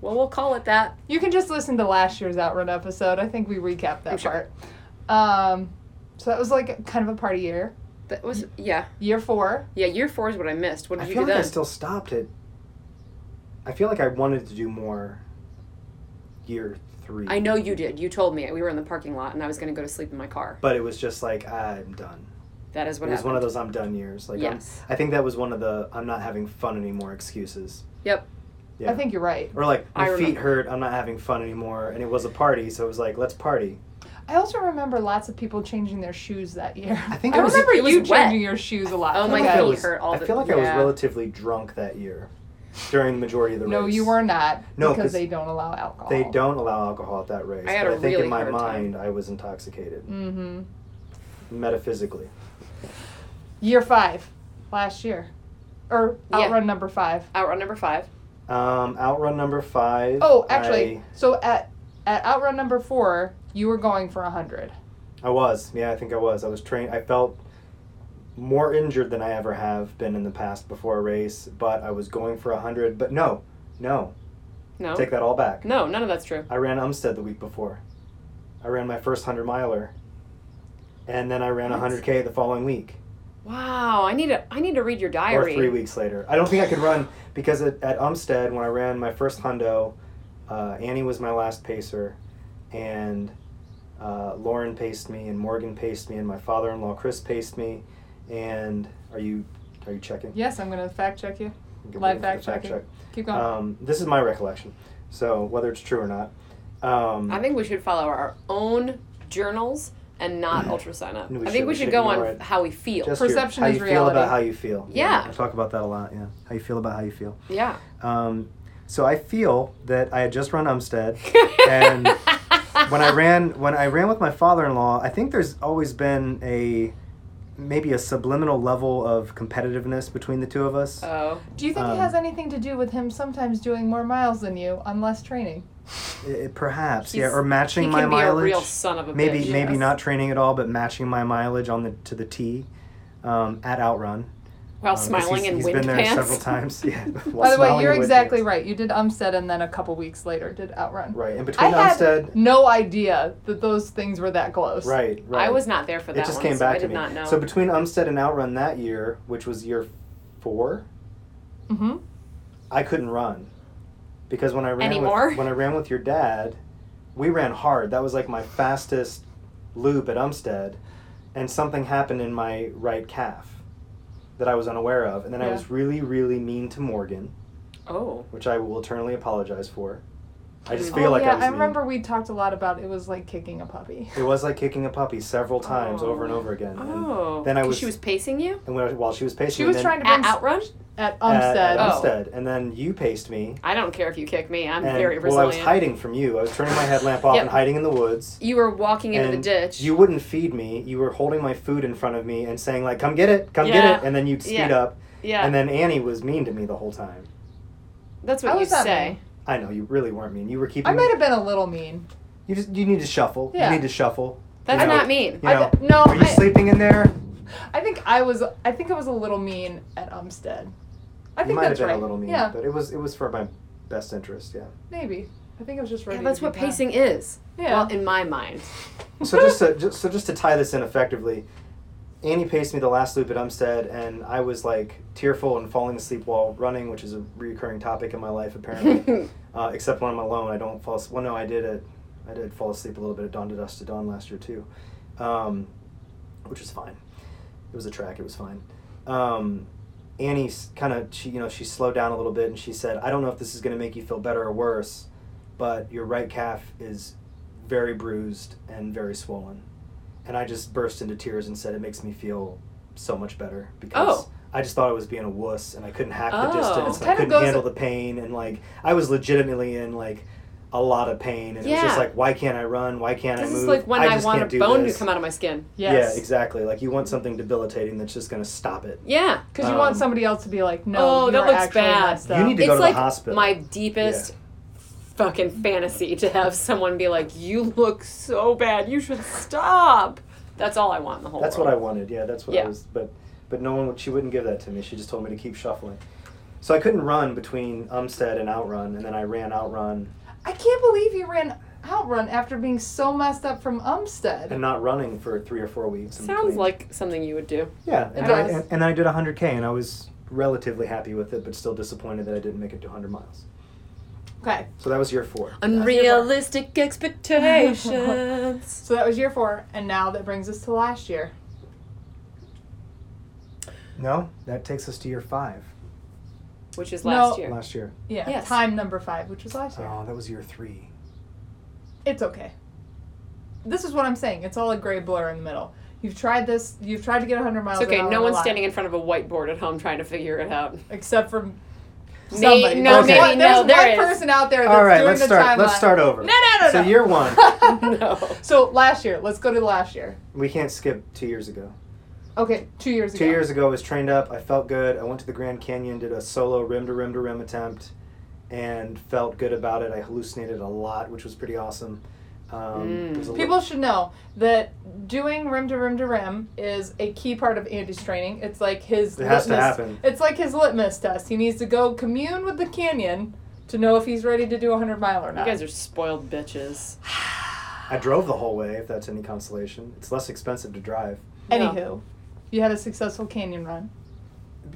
Speaker 1: Well, we'll call it that.
Speaker 2: You can just listen to last year's Outrun episode. I think we recapped that
Speaker 1: I'm sure.
Speaker 2: part. Um, so that was like kind of a party year.
Speaker 1: That was yeah,
Speaker 2: Year four.
Speaker 1: yeah. Year four is what I missed. What did
Speaker 3: I
Speaker 1: you
Speaker 3: feel
Speaker 1: do
Speaker 3: like I
Speaker 1: then?
Speaker 3: still stopped it. I feel like I wanted to do more. Year three.
Speaker 1: I know you did. You told me we were in the parking lot, and I was going to go to sleep in my car.
Speaker 3: But it was just like I'm done.
Speaker 1: That is what
Speaker 3: it was
Speaker 1: happened.
Speaker 3: one of those I'm done years. Like I'm-
Speaker 1: Yes.
Speaker 3: I think that was one of the I'm not having fun anymore excuses.
Speaker 1: Yep.
Speaker 3: Yeah.
Speaker 2: I think you're right.
Speaker 3: or like
Speaker 1: I
Speaker 3: my feet
Speaker 1: remember.
Speaker 3: hurt, I'm not having fun anymore, and it was a party, so it was like let's party.
Speaker 2: I also remember lots of people changing their shoes that year.
Speaker 3: I
Speaker 2: [LAUGHS]
Speaker 3: think
Speaker 2: I
Speaker 3: it was-
Speaker 2: remember
Speaker 1: it was
Speaker 2: you
Speaker 1: wet.
Speaker 2: changing your shoes a lot.
Speaker 1: Oh my
Speaker 3: I feel
Speaker 2: Okay.
Speaker 3: like I
Speaker 1: feet
Speaker 3: was-
Speaker 1: hurt all
Speaker 3: I
Speaker 1: the-
Speaker 3: feel like I was
Speaker 1: yeah.
Speaker 3: relatively drunk that year, during the majority of the
Speaker 2: No,
Speaker 3: race.
Speaker 2: you were not.
Speaker 3: No,
Speaker 2: because
Speaker 3: 'cause
Speaker 2: they don't allow alcohol.
Speaker 3: They don't allow alcohol at that race.
Speaker 1: I had
Speaker 3: but
Speaker 1: a
Speaker 3: I think
Speaker 1: really
Speaker 3: in my
Speaker 1: hard time.
Speaker 3: mind I was intoxicated
Speaker 2: Mm-hmm.
Speaker 3: metaphysically.
Speaker 2: Year five, last year, or
Speaker 1: Yeah.
Speaker 2: outrun number five.
Speaker 1: Outrun number five.
Speaker 3: Um, outrun number five.
Speaker 2: Oh, actually,
Speaker 3: I,
Speaker 2: so at at outrun number four, you were going for a hundred.
Speaker 3: I was. Yeah, I think I was. I was trained. I felt more injured than I ever have been in the past before a race, but I was going for a hundred. But no, no,
Speaker 1: No.
Speaker 3: take that all back.
Speaker 1: No, none of that's true.
Speaker 3: I ran Umstead the week before. I ran my first 100 miler. And then I ran
Speaker 1: What?
Speaker 3: 100K the following week.
Speaker 1: Wow, I need to. I need to read your diary.
Speaker 3: Or three weeks later. I don't think I could run because at, at Umstead, when I ran my first hundo, uh, Annie was my last pacer. And Uh, Lauren paced me, and Morgan paced me, and my father-in-law Chris paced me. And are you are you checking?
Speaker 2: Yes, I'm gonna fact check you.
Speaker 3: Get ready
Speaker 2: Live
Speaker 3: for
Speaker 2: fact
Speaker 3: the fact
Speaker 2: checking.
Speaker 3: check.
Speaker 2: Keep going.
Speaker 3: Um, this is my recollection, so whether it's true or not. Um,
Speaker 1: I think we should follow our own journals and not ultra sign up.
Speaker 3: We
Speaker 1: I
Speaker 3: should-
Speaker 1: think we
Speaker 3: we
Speaker 1: should
Speaker 3: should
Speaker 1: go
Speaker 3: ignore
Speaker 1: on
Speaker 3: it.
Speaker 1: how we feel.
Speaker 3: just your-
Speaker 2: Perception
Speaker 3: how
Speaker 2: is
Speaker 3: you
Speaker 2: reality.
Speaker 3: feel about how you feel.
Speaker 1: Yeah.
Speaker 3: I talk about that a lot. Yeah, how you feel about how you feel.
Speaker 1: yeah.
Speaker 3: Um, so I feel that I had just run Umstead,
Speaker 1: [LAUGHS]
Speaker 3: and when I ran when I ran with my father-in-law, I think there's always been a maybe a subliminal level of competitiveness between the two of us.
Speaker 1: Oh.
Speaker 2: Do you think it
Speaker 3: um,
Speaker 2: has anything to do with him sometimes doing more miles than you on less training?
Speaker 3: I- perhaps, yeah,
Speaker 1: He's-
Speaker 3: or matching
Speaker 1: he
Speaker 3: my
Speaker 1: can
Speaker 3: mileage.
Speaker 1: be a real son of a
Speaker 3: maybe
Speaker 1: bitch.
Speaker 3: maybe
Speaker 2: yes.
Speaker 3: not training at all, but matching my mileage on the to the T um, at outrun.
Speaker 1: While
Speaker 3: Uh, 'cause
Speaker 1: smiling
Speaker 3: he's-
Speaker 1: in
Speaker 3: he's
Speaker 1: wind
Speaker 3: been there
Speaker 1: pants.
Speaker 3: several times. [LAUGHS] Yeah. while
Speaker 2: By the way,
Speaker 3: smiling
Speaker 2: you're
Speaker 3: in wind
Speaker 2: exactly
Speaker 3: pants.
Speaker 2: right. You did Umstead and then a couple weeks later did Outrun.
Speaker 3: Right, and
Speaker 2: I
Speaker 3: between
Speaker 2: had
Speaker 3: Umstead,
Speaker 2: no idea that those things were that close.
Speaker 3: [LAUGHS] right, right.
Speaker 1: [LAUGHS] I was not there for that
Speaker 3: it just
Speaker 1: one,
Speaker 3: came
Speaker 1: so
Speaker 3: back
Speaker 1: I
Speaker 3: to
Speaker 1: did
Speaker 3: me.
Speaker 1: not know.
Speaker 3: So between Umstead and Outrun that year, which was year four,
Speaker 2: hmm
Speaker 3: I couldn't run because when I ran
Speaker 1: Anymore?
Speaker 3: With, when I ran with your dad, we ran hard. That was like my fastest loop at Umstead, and something happened in my right calf that I was unaware of, and then I
Speaker 2: Yeah.
Speaker 3: was really, really mean to Morgan,
Speaker 1: oh.
Speaker 3: which I will eternally apologize for. I just
Speaker 1: Mm.
Speaker 3: feel
Speaker 2: oh,
Speaker 3: like
Speaker 2: yeah,
Speaker 3: I was.
Speaker 2: I
Speaker 3: mean.
Speaker 2: remember we talked a lot about it was like kicking a puppy.
Speaker 3: It was like kicking a puppy several times
Speaker 1: Oh.
Speaker 3: over and over again. and-
Speaker 1: Oh.
Speaker 3: then I
Speaker 1: 'Cause
Speaker 3: was-
Speaker 1: she was pacing you
Speaker 3: And, when I, while she was pacing,
Speaker 2: She
Speaker 3: me,
Speaker 2: was
Speaker 3: then
Speaker 2: trying to bring
Speaker 1: at outrun.
Speaker 2: at
Speaker 3: at-
Speaker 2: Umstead.
Speaker 3: at
Speaker 1: Oh.
Speaker 3: Umstead, and then you paced me.
Speaker 1: I don't care if you kick me. I'm
Speaker 3: and,
Speaker 1: very
Speaker 3: well, I
Speaker 1: resilient.
Speaker 3: was hiding from you. I was turning my headlamp off
Speaker 1: Yep.
Speaker 3: and hiding in the woods.
Speaker 1: You were walking into the
Speaker 3: And
Speaker 1: ditch.
Speaker 3: You wouldn't feed me. You were holding my food in front of me and saying like, "Come get it, come
Speaker 1: Yeah.
Speaker 3: get it," and then you'd speed
Speaker 1: Yeah.
Speaker 3: up.
Speaker 1: yeah.
Speaker 3: And then Annie was mean to me the whole time.
Speaker 1: That's
Speaker 2: I
Speaker 1: what you
Speaker 2: was not
Speaker 1: say.
Speaker 3: I know you really weren't mean. You were keeping.
Speaker 2: I might have been a little mean.
Speaker 3: You just you need to shuffle.
Speaker 2: Yeah.
Speaker 3: You need to shuffle.
Speaker 1: That's
Speaker 3: you know,
Speaker 1: not mean.
Speaker 3: You know,
Speaker 2: I, no,
Speaker 3: are you
Speaker 2: I,
Speaker 3: sleeping in there?
Speaker 2: I think I was. I think I was a little mean at Umstead. I
Speaker 3: you
Speaker 2: think
Speaker 3: might have
Speaker 2: that's
Speaker 3: been
Speaker 2: right.
Speaker 3: a little mean,
Speaker 2: Yeah,
Speaker 3: but it was it was for my best interest. Yeah.
Speaker 2: maybe. I think I was just ready.
Speaker 1: Yeah,
Speaker 2: to
Speaker 1: that's
Speaker 2: be
Speaker 1: what
Speaker 2: done.
Speaker 1: pacing is.
Speaker 2: Yeah.
Speaker 1: Well, in my mind.
Speaker 3: so
Speaker 2: [LAUGHS]
Speaker 3: just to just, so just to tie this in effectively, Annie paced me the last loop at Umstead, and I was like tearful and falling asleep while running, which is a recurring topic in my
Speaker 2: [LAUGHS]
Speaker 3: life apparently.
Speaker 1: [LAUGHS]
Speaker 3: uh, except when I'm alone, I don't fall. as- Well, no, I did it. I did fall asleep a little bit at dawn to dusk to dawn last year too, um, which is fine. It was a track. It was fine. Um, Annie kind of she you know she slowed down a little bit and she said, "I don't know if this is going to make you feel better or worse, but your right calf is very bruised and very swollen. And I just burst into tears and said, It makes me feel so much better because
Speaker 1: Oh.
Speaker 3: I just thought I was being a wuss and I couldn't hack
Speaker 1: Oh.
Speaker 3: the distance.
Speaker 1: This
Speaker 3: And I
Speaker 2: kinda
Speaker 3: couldn't
Speaker 2: goes-
Speaker 3: handle the pain. And like, I was legitimately in like a lot of pain. And it was just
Speaker 1: Yeah.
Speaker 3: like, Why can't I run? Why can't I
Speaker 1: This
Speaker 3: move?
Speaker 1: is like when I,
Speaker 3: just
Speaker 1: want
Speaker 3: can't
Speaker 1: a
Speaker 3: do
Speaker 1: bone
Speaker 3: this."
Speaker 1: to come out of my skin.
Speaker 2: Yes.
Speaker 3: Yeah, exactly. Like, you want something debilitating that's just going to stop it.
Speaker 1: Yeah.
Speaker 2: Because you want
Speaker 3: Um,
Speaker 2: somebody else to be like, no,
Speaker 1: Oh, that
Speaker 2: you're
Speaker 1: looks
Speaker 2: actually
Speaker 1: bad.
Speaker 2: messed up.
Speaker 3: You need to
Speaker 1: it's
Speaker 3: go to
Speaker 1: like
Speaker 3: the hospital.
Speaker 1: my deepest fucking fantasy to have someone be like, "You look so bad. You should stop." That's all I want in the whole
Speaker 3: That's what I wanted. Yeah, that's what
Speaker 1: Yeah.
Speaker 3: I was. But but no one would- she wouldn't give that to me. She just told me to keep shuffling. So I couldn't run between Umstead and Outrun, and then I ran Outrun
Speaker 2: I can't believe you ran outrun after being so messed up from Umstead.
Speaker 3: and not running for three or four weeks. in
Speaker 1: Sounds
Speaker 3: between.
Speaker 1: like something you would do.
Speaker 3: yeah.
Speaker 2: It
Speaker 3: And, I,
Speaker 2: does.
Speaker 3: and, and I did 100k, and I was relatively happy with it, but still disappointed that I didn't make it to 100 miles.
Speaker 2: okay,
Speaker 3: So that was year four.
Speaker 1: Um, Unrealistic [LAUGHS]
Speaker 2: [LAUGHS]
Speaker 1: expectations.
Speaker 2: so that was year four, and now that brings us to last year.
Speaker 3: No, that takes us to year five
Speaker 1: Which is last
Speaker 2: No.
Speaker 1: year.
Speaker 3: last year.
Speaker 2: Yeah,
Speaker 1: Yes.
Speaker 2: time number five, which was last year.
Speaker 3: Oh, that was year three.
Speaker 2: It's okay. This is what I'm saying. It's all a gray blur in the middle. You've tried this. You've tried to get 100 miles.
Speaker 1: It's okay.
Speaker 2: An hour
Speaker 1: No one's
Speaker 2: alive,
Speaker 1: standing in front of a whiteboard at home trying to figure it out.
Speaker 2: except for
Speaker 1: May-
Speaker 2: somebody.
Speaker 1: no,
Speaker 2: there's
Speaker 3: maybe
Speaker 2: one, there's
Speaker 1: no, there
Speaker 2: one
Speaker 1: is.
Speaker 2: person out there. That's
Speaker 3: All right,
Speaker 2: doing
Speaker 3: let's
Speaker 2: the
Speaker 3: start.
Speaker 2: Timeline.
Speaker 3: Let's start over.
Speaker 2: No, no, no,
Speaker 3: So
Speaker 2: no.
Speaker 3: year one,
Speaker 1: [LAUGHS] no.
Speaker 2: [LAUGHS] So last year, let's go to last year.
Speaker 3: we can't skip two years ago.
Speaker 2: Okay, two years
Speaker 3: Two
Speaker 2: ago.
Speaker 3: years ago, I was trained up. I felt good. I went to the Grand Canyon, did a solo rim to rim to rim attempt, and felt good about it. I hallucinated a lot, which was pretty awesome. Um,
Speaker 1: Mm.
Speaker 3: it was a little-
Speaker 2: People should know that doing rim to rim to rim is a key part of Andy's training. It's like his
Speaker 3: It has to
Speaker 2: litmus-
Speaker 3: happen.
Speaker 2: It's like his litmus test. He needs to go commune with the canyon to know if he's ready to do a hundred mile or
Speaker 1: You
Speaker 2: not.
Speaker 1: guys are spoiled
Speaker 3: [LAUGHS]
Speaker 1: bitches.
Speaker 3: I drove the whole way, if that's any consolation. It's less expensive to drive.
Speaker 2: Anywho, you had a successful
Speaker 1: [LAUGHS]
Speaker 2: canyon run.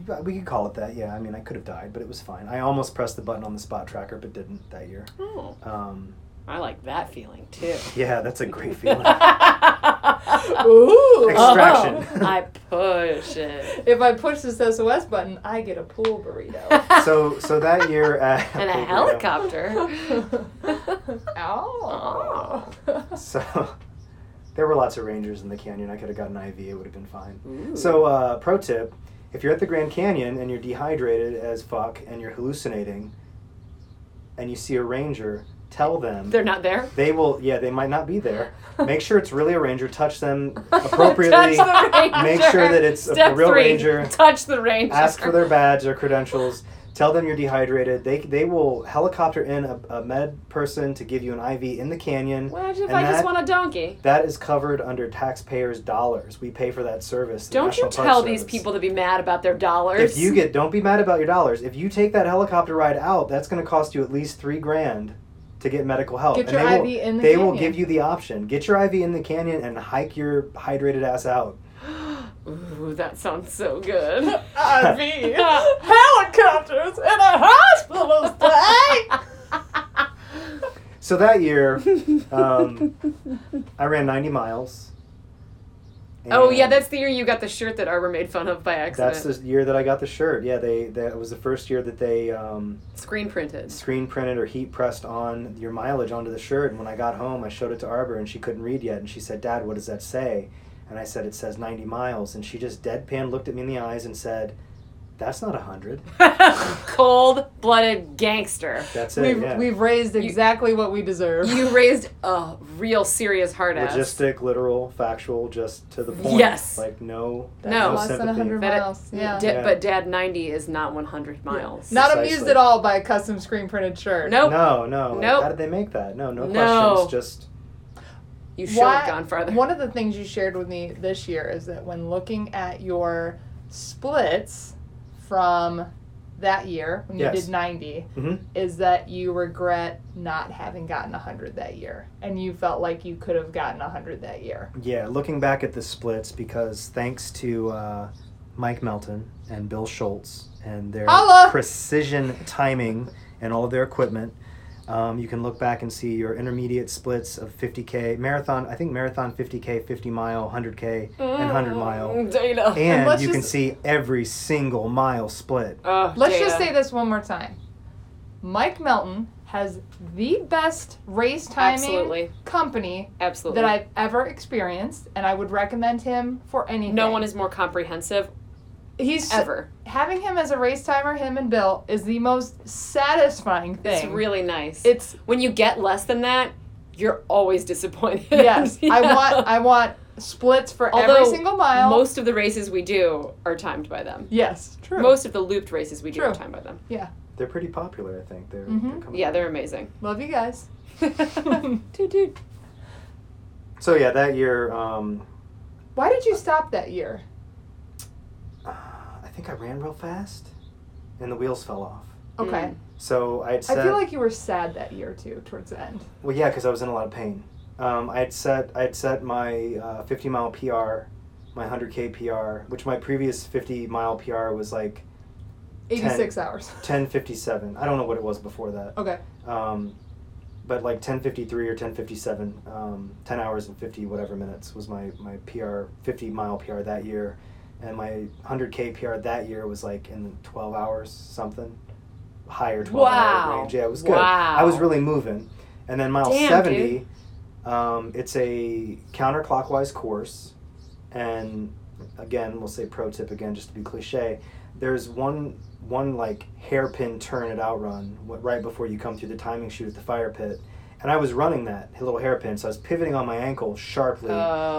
Speaker 3: But We could call it that, yeah. I mean, I could have died, but it was fine. I almost pressed the button on the spot tracker, but didn't that year.
Speaker 1: Oh.
Speaker 3: Um,
Speaker 1: I like that feeling too.
Speaker 3: Yeah, that's a [LAUGHS] great feeling.
Speaker 2: Ooh.
Speaker 1: [LAUGHS]
Speaker 3: Extraction.
Speaker 1: I push it.
Speaker 2: [LAUGHS] If I push this SOS button, I get a pool
Speaker 1: [LAUGHS]
Speaker 2: burrito. [LAUGHS]
Speaker 3: So so that year at
Speaker 1: And a
Speaker 3: Pocono,
Speaker 1: helicopter.
Speaker 3: [LAUGHS]
Speaker 2: Ow.
Speaker 3: So [LAUGHS] there were lots of rangers in the canyon. I could have gotten an IV. It would have been fine. So uh, pro tip: if you're at the Grand Canyon and you're dehydrated as fuck and you're hallucinating, and you see a ranger, tell them.
Speaker 1: They're not there.
Speaker 3: they will, yeah, they might not be there. Make sure it's really a ranger. Touch them
Speaker 1: Touch
Speaker 3: appropriately.
Speaker 1: the ranger.
Speaker 3: Make sure that it's a
Speaker 1: Step
Speaker 3: real
Speaker 1: three,
Speaker 3: ranger.
Speaker 1: Touch the ranger.
Speaker 3: Ask for their badge or credentials. Tell them you're dehydrated. They, they will helicopter in a, a med person to give you an IV in the canyon.
Speaker 1: What if
Speaker 3: and
Speaker 1: I
Speaker 3: that-
Speaker 1: just want a donkey?
Speaker 3: That is covered under taxpayers' dollars. We pay for that service. the
Speaker 1: Don't you
Speaker 3: National Park
Speaker 1: tell these
Speaker 3: Service.
Speaker 1: people to be mad about their dollars.
Speaker 3: If you get, don't be mad about your dollars. If you take that helicopter ride out, that's going to cost you at least three grand to get medical help.
Speaker 2: Get
Speaker 3: And
Speaker 2: your
Speaker 3: they will,
Speaker 2: IV in the
Speaker 3: They will
Speaker 2: canyon.
Speaker 3: give you the option. Get your IV in the canyon and hike your hydrated ass out.
Speaker 1: Ooh, that sounds so good.
Speaker 2: [LAUGHS]
Speaker 3: [LAUGHS]
Speaker 2: I mean, helicopters in a hospital
Speaker 1: [LAUGHS]
Speaker 2: stay.
Speaker 3: So
Speaker 1: [LAUGHS]
Speaker 3: that year, um, I ran ninety miles.
Speaker 1: oh yeah,
Speaker 3: And
Speaker 1: that's the year you got the shirt that Arbor made fun of by accident.
Speaker 3: that's the year that I got the shirt. Yeah, they that was the first year that they. Um,
Speaker 1: Screen printed.
Speaker 3: screen printed or heat pressed on your mileage onto the shirt. And when I got home, I showed it to Arbor, and she couldn't read yet. And she said, "Dad, what does that say?" And I said, "It says 90 miles." And she just deadpan looked at me in the eyes and said, "That's not a hundred.
Speaker 1: [LAUGHS] Cold blooded gangster.
Speaker 3: That's it.
Speaker 2: We've,
Speaker 3: yeah.
Speaker 2: we've raised exactly what we deserve.
Speaker 1: You raised a real serious hard ass.
Speaker 3: Logistic, literal, factual, just to the point.
Speaker 1: Yes.
Speaker 3: Like no,
Speaker 1: No.
Speaker 2: Less than
Speaker 3: sympathy.
Speaker 2: 100
Speaker 1: That it-
Speaker 2: miles. Yeah.
Speaker 1: Da-
Speaker 3: Yeah.
Speaker 1: But Dad 90 is not 100 miles.
Speaker 2: Not
Speaker 3: Precisely.
Speaker 2: amused at all by a custom screen printed shirt.
Speaker 1: Nope.
Speaker 3: No, no. Like,
Speaker 1: Nope.
Speaker 3: How did they make that? No, no,
Speaker 1: No.
Speaker 3: questions. Just
Speaker 1: You should
Speaker 2: Why-
Speaker 1: have gone farther. [LAUGHS]
Speaker 2: One of the things you shared with me this year is that when looking at your splits from that year when you
Speaker 3: Yes.
Speaker 2: did 90
Speaker 3: Mhm.
Speaker 2: is that you regret not having gotten 100 that year and you felt like you could have gotten 100 that year
Speaker 3: Yeah, looking back at the splits because thanks to uh, Mike Melton and Bill Schultz and their
Speaker 2: Holla!
Speaker 3: precision timing and all of their equipment, um, you can look back and see your intermediate splits of 50K, marathon, I think marathon 50K, 50 mile, 100K, and 100 mile.
Speaker 1: [LAUGHS] Data.
Speaker 3: And
Speaker 2: Mm. let's
Speaker 3: you can
Speaker 2: just-
Speaker 3: see every single mile split.
Speaker 1: Oh,
Speaker 2: let's
Speaker 1: data.
Speaker 2: just say this one more time mike melton has the best race timing
Speaker 1: Absolutely.
Speaker 2: company
Speaker 1: Absolutely.
Speaker 2: that i've ever experienced and i would recommend him for anything
Speaker 1: no one is more comprehensive
Speaker 2: he's
Speaker 1: ever.
Speaker 2: having him as a race timer, him and Bill, is the most satisfying
Speaker 1: It's
Speaker 2: thing.
Speaker 1: really nice. [LAUGHS]
Speaker 2: It's
Speaker 1: when you get less than that, you're always disappointed. [LAUGHS]
Speaker 2: yes. I
Speaker 1: Yeah.
Speaker 2: want I want splits for every
Speaker 1: Although,
Speaker 2: single mile.
Speaker 1: Most of the races we do are timed by them.
Speaker 2: yes, true.
Speaker 1: Most of the looped races we do are
Speaker 2: True.
Speaker 1: timed by them.
Speaker 3: They're pretty popular, I think. They're, they're
Speaker 2: Mhm.
Speaker 3: coming
Speaker 1: Yeah,
Speaker 3: up.
Speaker 1: they're
Speaker 2: [LAUGHS]
Speaker 1: amazing. [LAUGHS]
Speaker 2: Love you guys.
Speaker 1: Dude, dude.
Speaker 3: So, yeah, that year, um,
Speaker 2: Why did you stop that year?
Speaker 3: uh, I think I ran real fast and the wheels fell off.
Speaker 1: Hmm,
Speaker 2: Okay.
Speaker 3: So I had
Speaker 2: I
Speaker 3: set
Speaker 2: feel like you were sad that year too, towards the end.
Speaker 3: Well, yeah, because I was in a lot of pain. Um, I'd set I'd set my uh, 50 mile PR, my 100k PR, which my previous 50 mile PR was like
Speaker 2: Eighty six hours.
Speaker 3: 10:57. I don't know what it was before that.
Speaker 2: [LAUGHS] Okay.
Speaker 3: Um, but like 10:53 or 10:57, um, 10 hours and 50 whatever minutes was my my PR 50 mile PR that year, and my 100k PR that year was like in 12 hours something, higher 12
Speaker 1: Wow.
Speaker 3: hour range. Yeah, it was good.
Speaker 1: Wow.
Speaker 3: I was really moving, and then mile
Speaker 1: Damn,
Speaker 3: 70, um, it's a counterclockwise course, and again we'll say pro tip again just to be cliche. There's one one like hairpin turn at outrun what, right before you come through the timing chute at the fire pit and i was running that little hairpin so i was pivoting on my ankle sharply
Speaker 1: Oh.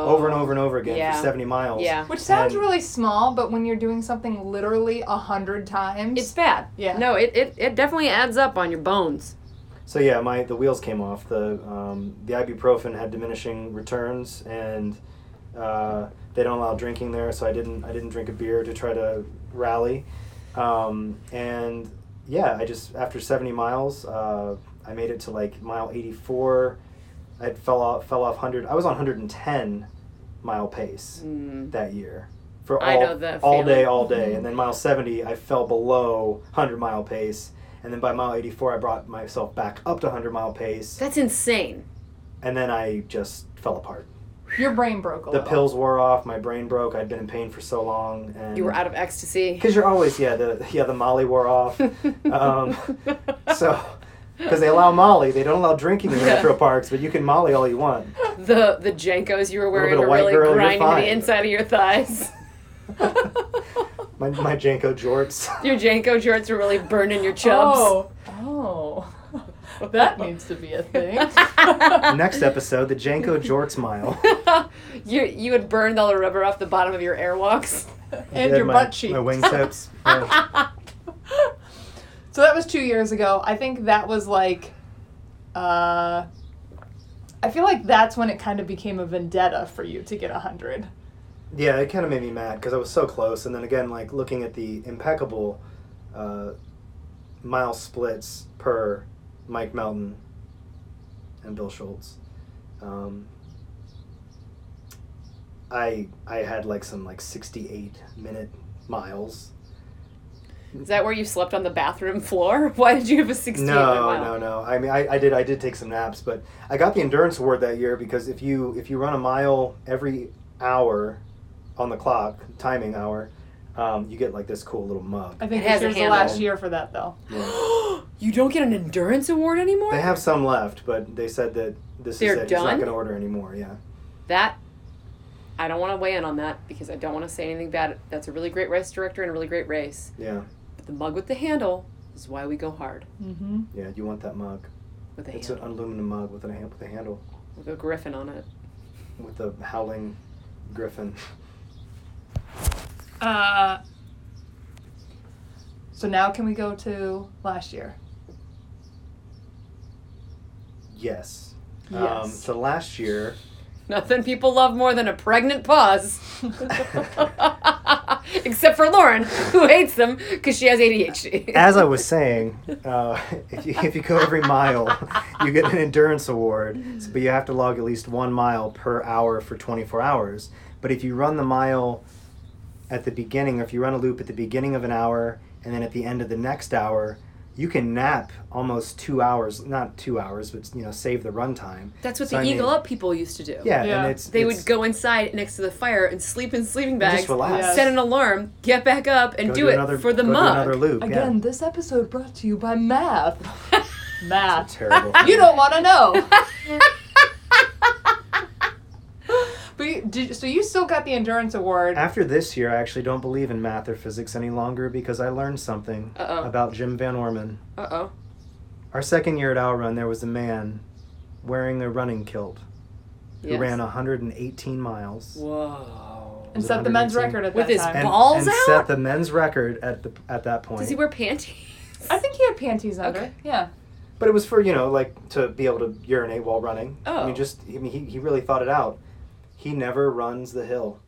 Speaker 3: Mm. over and over and over again
Speaker 1: Yeah.
Speaker 3: for 70 miles
Speaker 1: Yeah.
Speaker 2: Which sounds
Speaker 3: And-
Speaker 2: really small, but when you're doing something literally a hundred times,
Speaker 1: It's bad.
Speaker 2: Yeah.
Speaker 1: No, it, it, it definitely adds up on your bones.
Speaker 3: so yeah my the wheels came off the um, the ibuprofen had diminishing returns and uh, they don't allow drinking there so i didn't i didn't drink a beer to try to rally um, and yeah i just after 70 miles uh, i made it to like mile 84 i had fell off fell off 100 i was on 110 mile pace that year for all,
Speaker 1: I know that
Speaker 3: all day
Speaker 1: feeling. Mm-hmm.
Speaker 3: all day and then mile 70 i fell below 100 mile pace and then by mile 84 I brought myself back up to 100 mile pace,
Speaker 1: That's insane.
Speaker 3: and then I just fell apart.
Speaker 2: Your brain broke a
Speaker 3: The
Speaker 1: Oh,
Speaker 2: little.
Speaker 3: pills wore off, my brain broke. I'd been in pain for so long, and
Speaker 1: You were out of ecstasy. [LAUGHS]
Speaker 3: because you're always yeah the yeah the Molly wore off. um, so because they allow Molly, they don't allow drinking in the
Speaker 1: Yeah.
Speaker 3: metro parks, but you can Molly all you want.
Speaker 1: [LAUGHS] The the Jankos you were wearing
Speaker 3: bit of
Speaker 1: were
Speaker 3: white
Speaker 1: really
Speaker 3: girl, you're
Speaker 1: grinding
Speaker 3: fine.
Speaker 1: the inside of your thighs. [LAUGHS]
Speaker 2: [LAUGHS]
Speaker 3: My my
Speaker 1: [LAUGHS]
Speaker 3: Janko jorts.
Speaker 1: Your Janko shorts were really burning your chubs.
Speaker 2: Oh, oh, [LAUGHS] that needs to be a [LAUGHS] thing.
Speaker 3: Next episode, the Janko
Speaker 1: [LAUGHS]
Speaker 3: jorts mile.
Speaker 1: You you had burned all the rubber off the bottom of your airwalks.
Speaker 2: and
Speaker 3: Yeah,
Speaker 2: your
Speaker 3: my,
Speaker 2: butt cheek.
Speaker 1: [LAUGHS]
Speaker 3: My wingtips. Yeah.
Speaker 2: So that was two years ago. I think that was like, uh, I feel like that's when it kind of became a vendetta for you to get a hundred.
Speaker 3: yeah, it kind of made me mad because I was so close, and then again, like looking at the impeccable uh, mile splits per Mike Melton and Bill Schultz. Um, I I had like some like sixty eight minute miles
Speaker 1: Is that where you slept on the bathroom floor? [LAUGHS] Why did you have a 16
Speaker 3: no no no i mean I, I did i did take some naps but i got the endurance award that year because if you if you run a mile every hour on the clock timing hour um, you get like this cool little mug
Speaker 2: I think
Speaker 1: It has
Speaker 2: this
Speaker 1: a
Speaker 2: year's the
Speaker 1: handle.
Speaker 2: last year for that though.
Speaker 1: [GASPS] You don't get an endurance award anymore?
Speaker 3: they have some left but they said that this
Speaker 1: They're
Speaker 3: is it he's not
Speaker 1: done?
Speaker 3: going to order anymore yeah
Speaker 1: that I don't want to weigh in on that because I don't want to say anything bad. That's a really great race director and a really great race.
Speaker 3: yeah
Speaker 1: But the mug with the handle is why we go hard
Speaker 2: Mm-hmm.
Speaker 3: yeah you want that mug
Speaker 1: with a
Speaker 3: it's an
Speaker 1: handle.
Speaker 3: aluminum mug with a, hand, with a handle
Speaker 1: with a griffin on it. [LAUGHS]
Speaker 3: with a howling griffin [LAUGHS]
Speaker 2: Uh, so now can we go to last
Speaker 3: [LAUGHS]
Speaker 2: year?
Speaker 3: yes um,
Speaker 2: Yes.
Speaker 3: so last year
Speaker 1: Nothing people love more than a pregnant pause.
Speaker 3: [LAUGHS]
Speaker 1: Except for Lauren, who hates them because she has ADHD.
Speaker 3: as I was saying, uh, [LAUGHS] if, you, if you go every mile, you get an endurance award, s- but you have to log at least one mile per hour for 24 hours. But if you run the mile at the beginning, or if you run a loop at the beginning of an hour and then at the end of the next hour, you can nap almost two hours, not two hours, but you know, save the run time.
Speaker 1: That's what
Speaker 3: So,
Speaker 1: the
Speaker 3: I mean-
Speaker 1: Eagle Up people used to do.
Speaker 3: Yeah,
Speaker 2: Yeah.
Speaker 3: and it's
Speaker 1: They
Speaker 3: it's-
Speaker 1: would go inside next to the fire and sleep in sleeping bags,
Speaker 3: relax.
Speaker 1: set an alarm, get back up, and
Speaker 3: go
Speaker 1: do it
Speaker 3: another,
Speaker 1: for the
Speaker 3: go do another
Speaker 1: mug.
Speaker 3: loop.
Speaker 2: Again, this episode brought to you by math.
Speaker 1: [LAUGHS]
Speaker 2: [LAUGHS]
Speaker 3: yeah.
Speaker 2: math.
Speaker 3: terrible.
Speaker 2: [LAUGHS] You don't want to know. [GASPS] but you, did, so you still got the endurance award.
Speaker 3: After this year, I actually don't believe in math or physics any longer because I learned something
Speaker 1: Uh-oh.
Speaker 3: about Jim Van Orman.
Speaker 1: Uh oh.
Speaker 3: Our second year at Owl Run, there was a man wearing a running kilt who
Speaker 1: Yes.
Speaker 3: ran 118 miles
Speaker 1: Whoa.
Speaker 2: and set the men's record at
Speaker 1: With
Speaker 2: that
Speaker 1: his
Speaker 2: time.
Speaker 3: and,
Speaker 1: Balls
Speaker 3: and
Speaker 1: out?
Speaker 3: set the men's record at the at that point.
Speaker 1: Does he wear panties? [LAUGHS]
Speaker 2: I think he had panties under.
Speaker 1: Okay.
Speaker 2: Yeah.
Speaker 3: but it was for you know like to be able to urinate while running. I
Speaker 1: Oh.
Speaker 3: mean, just I mean, he he really thought it out. He never runs the hill.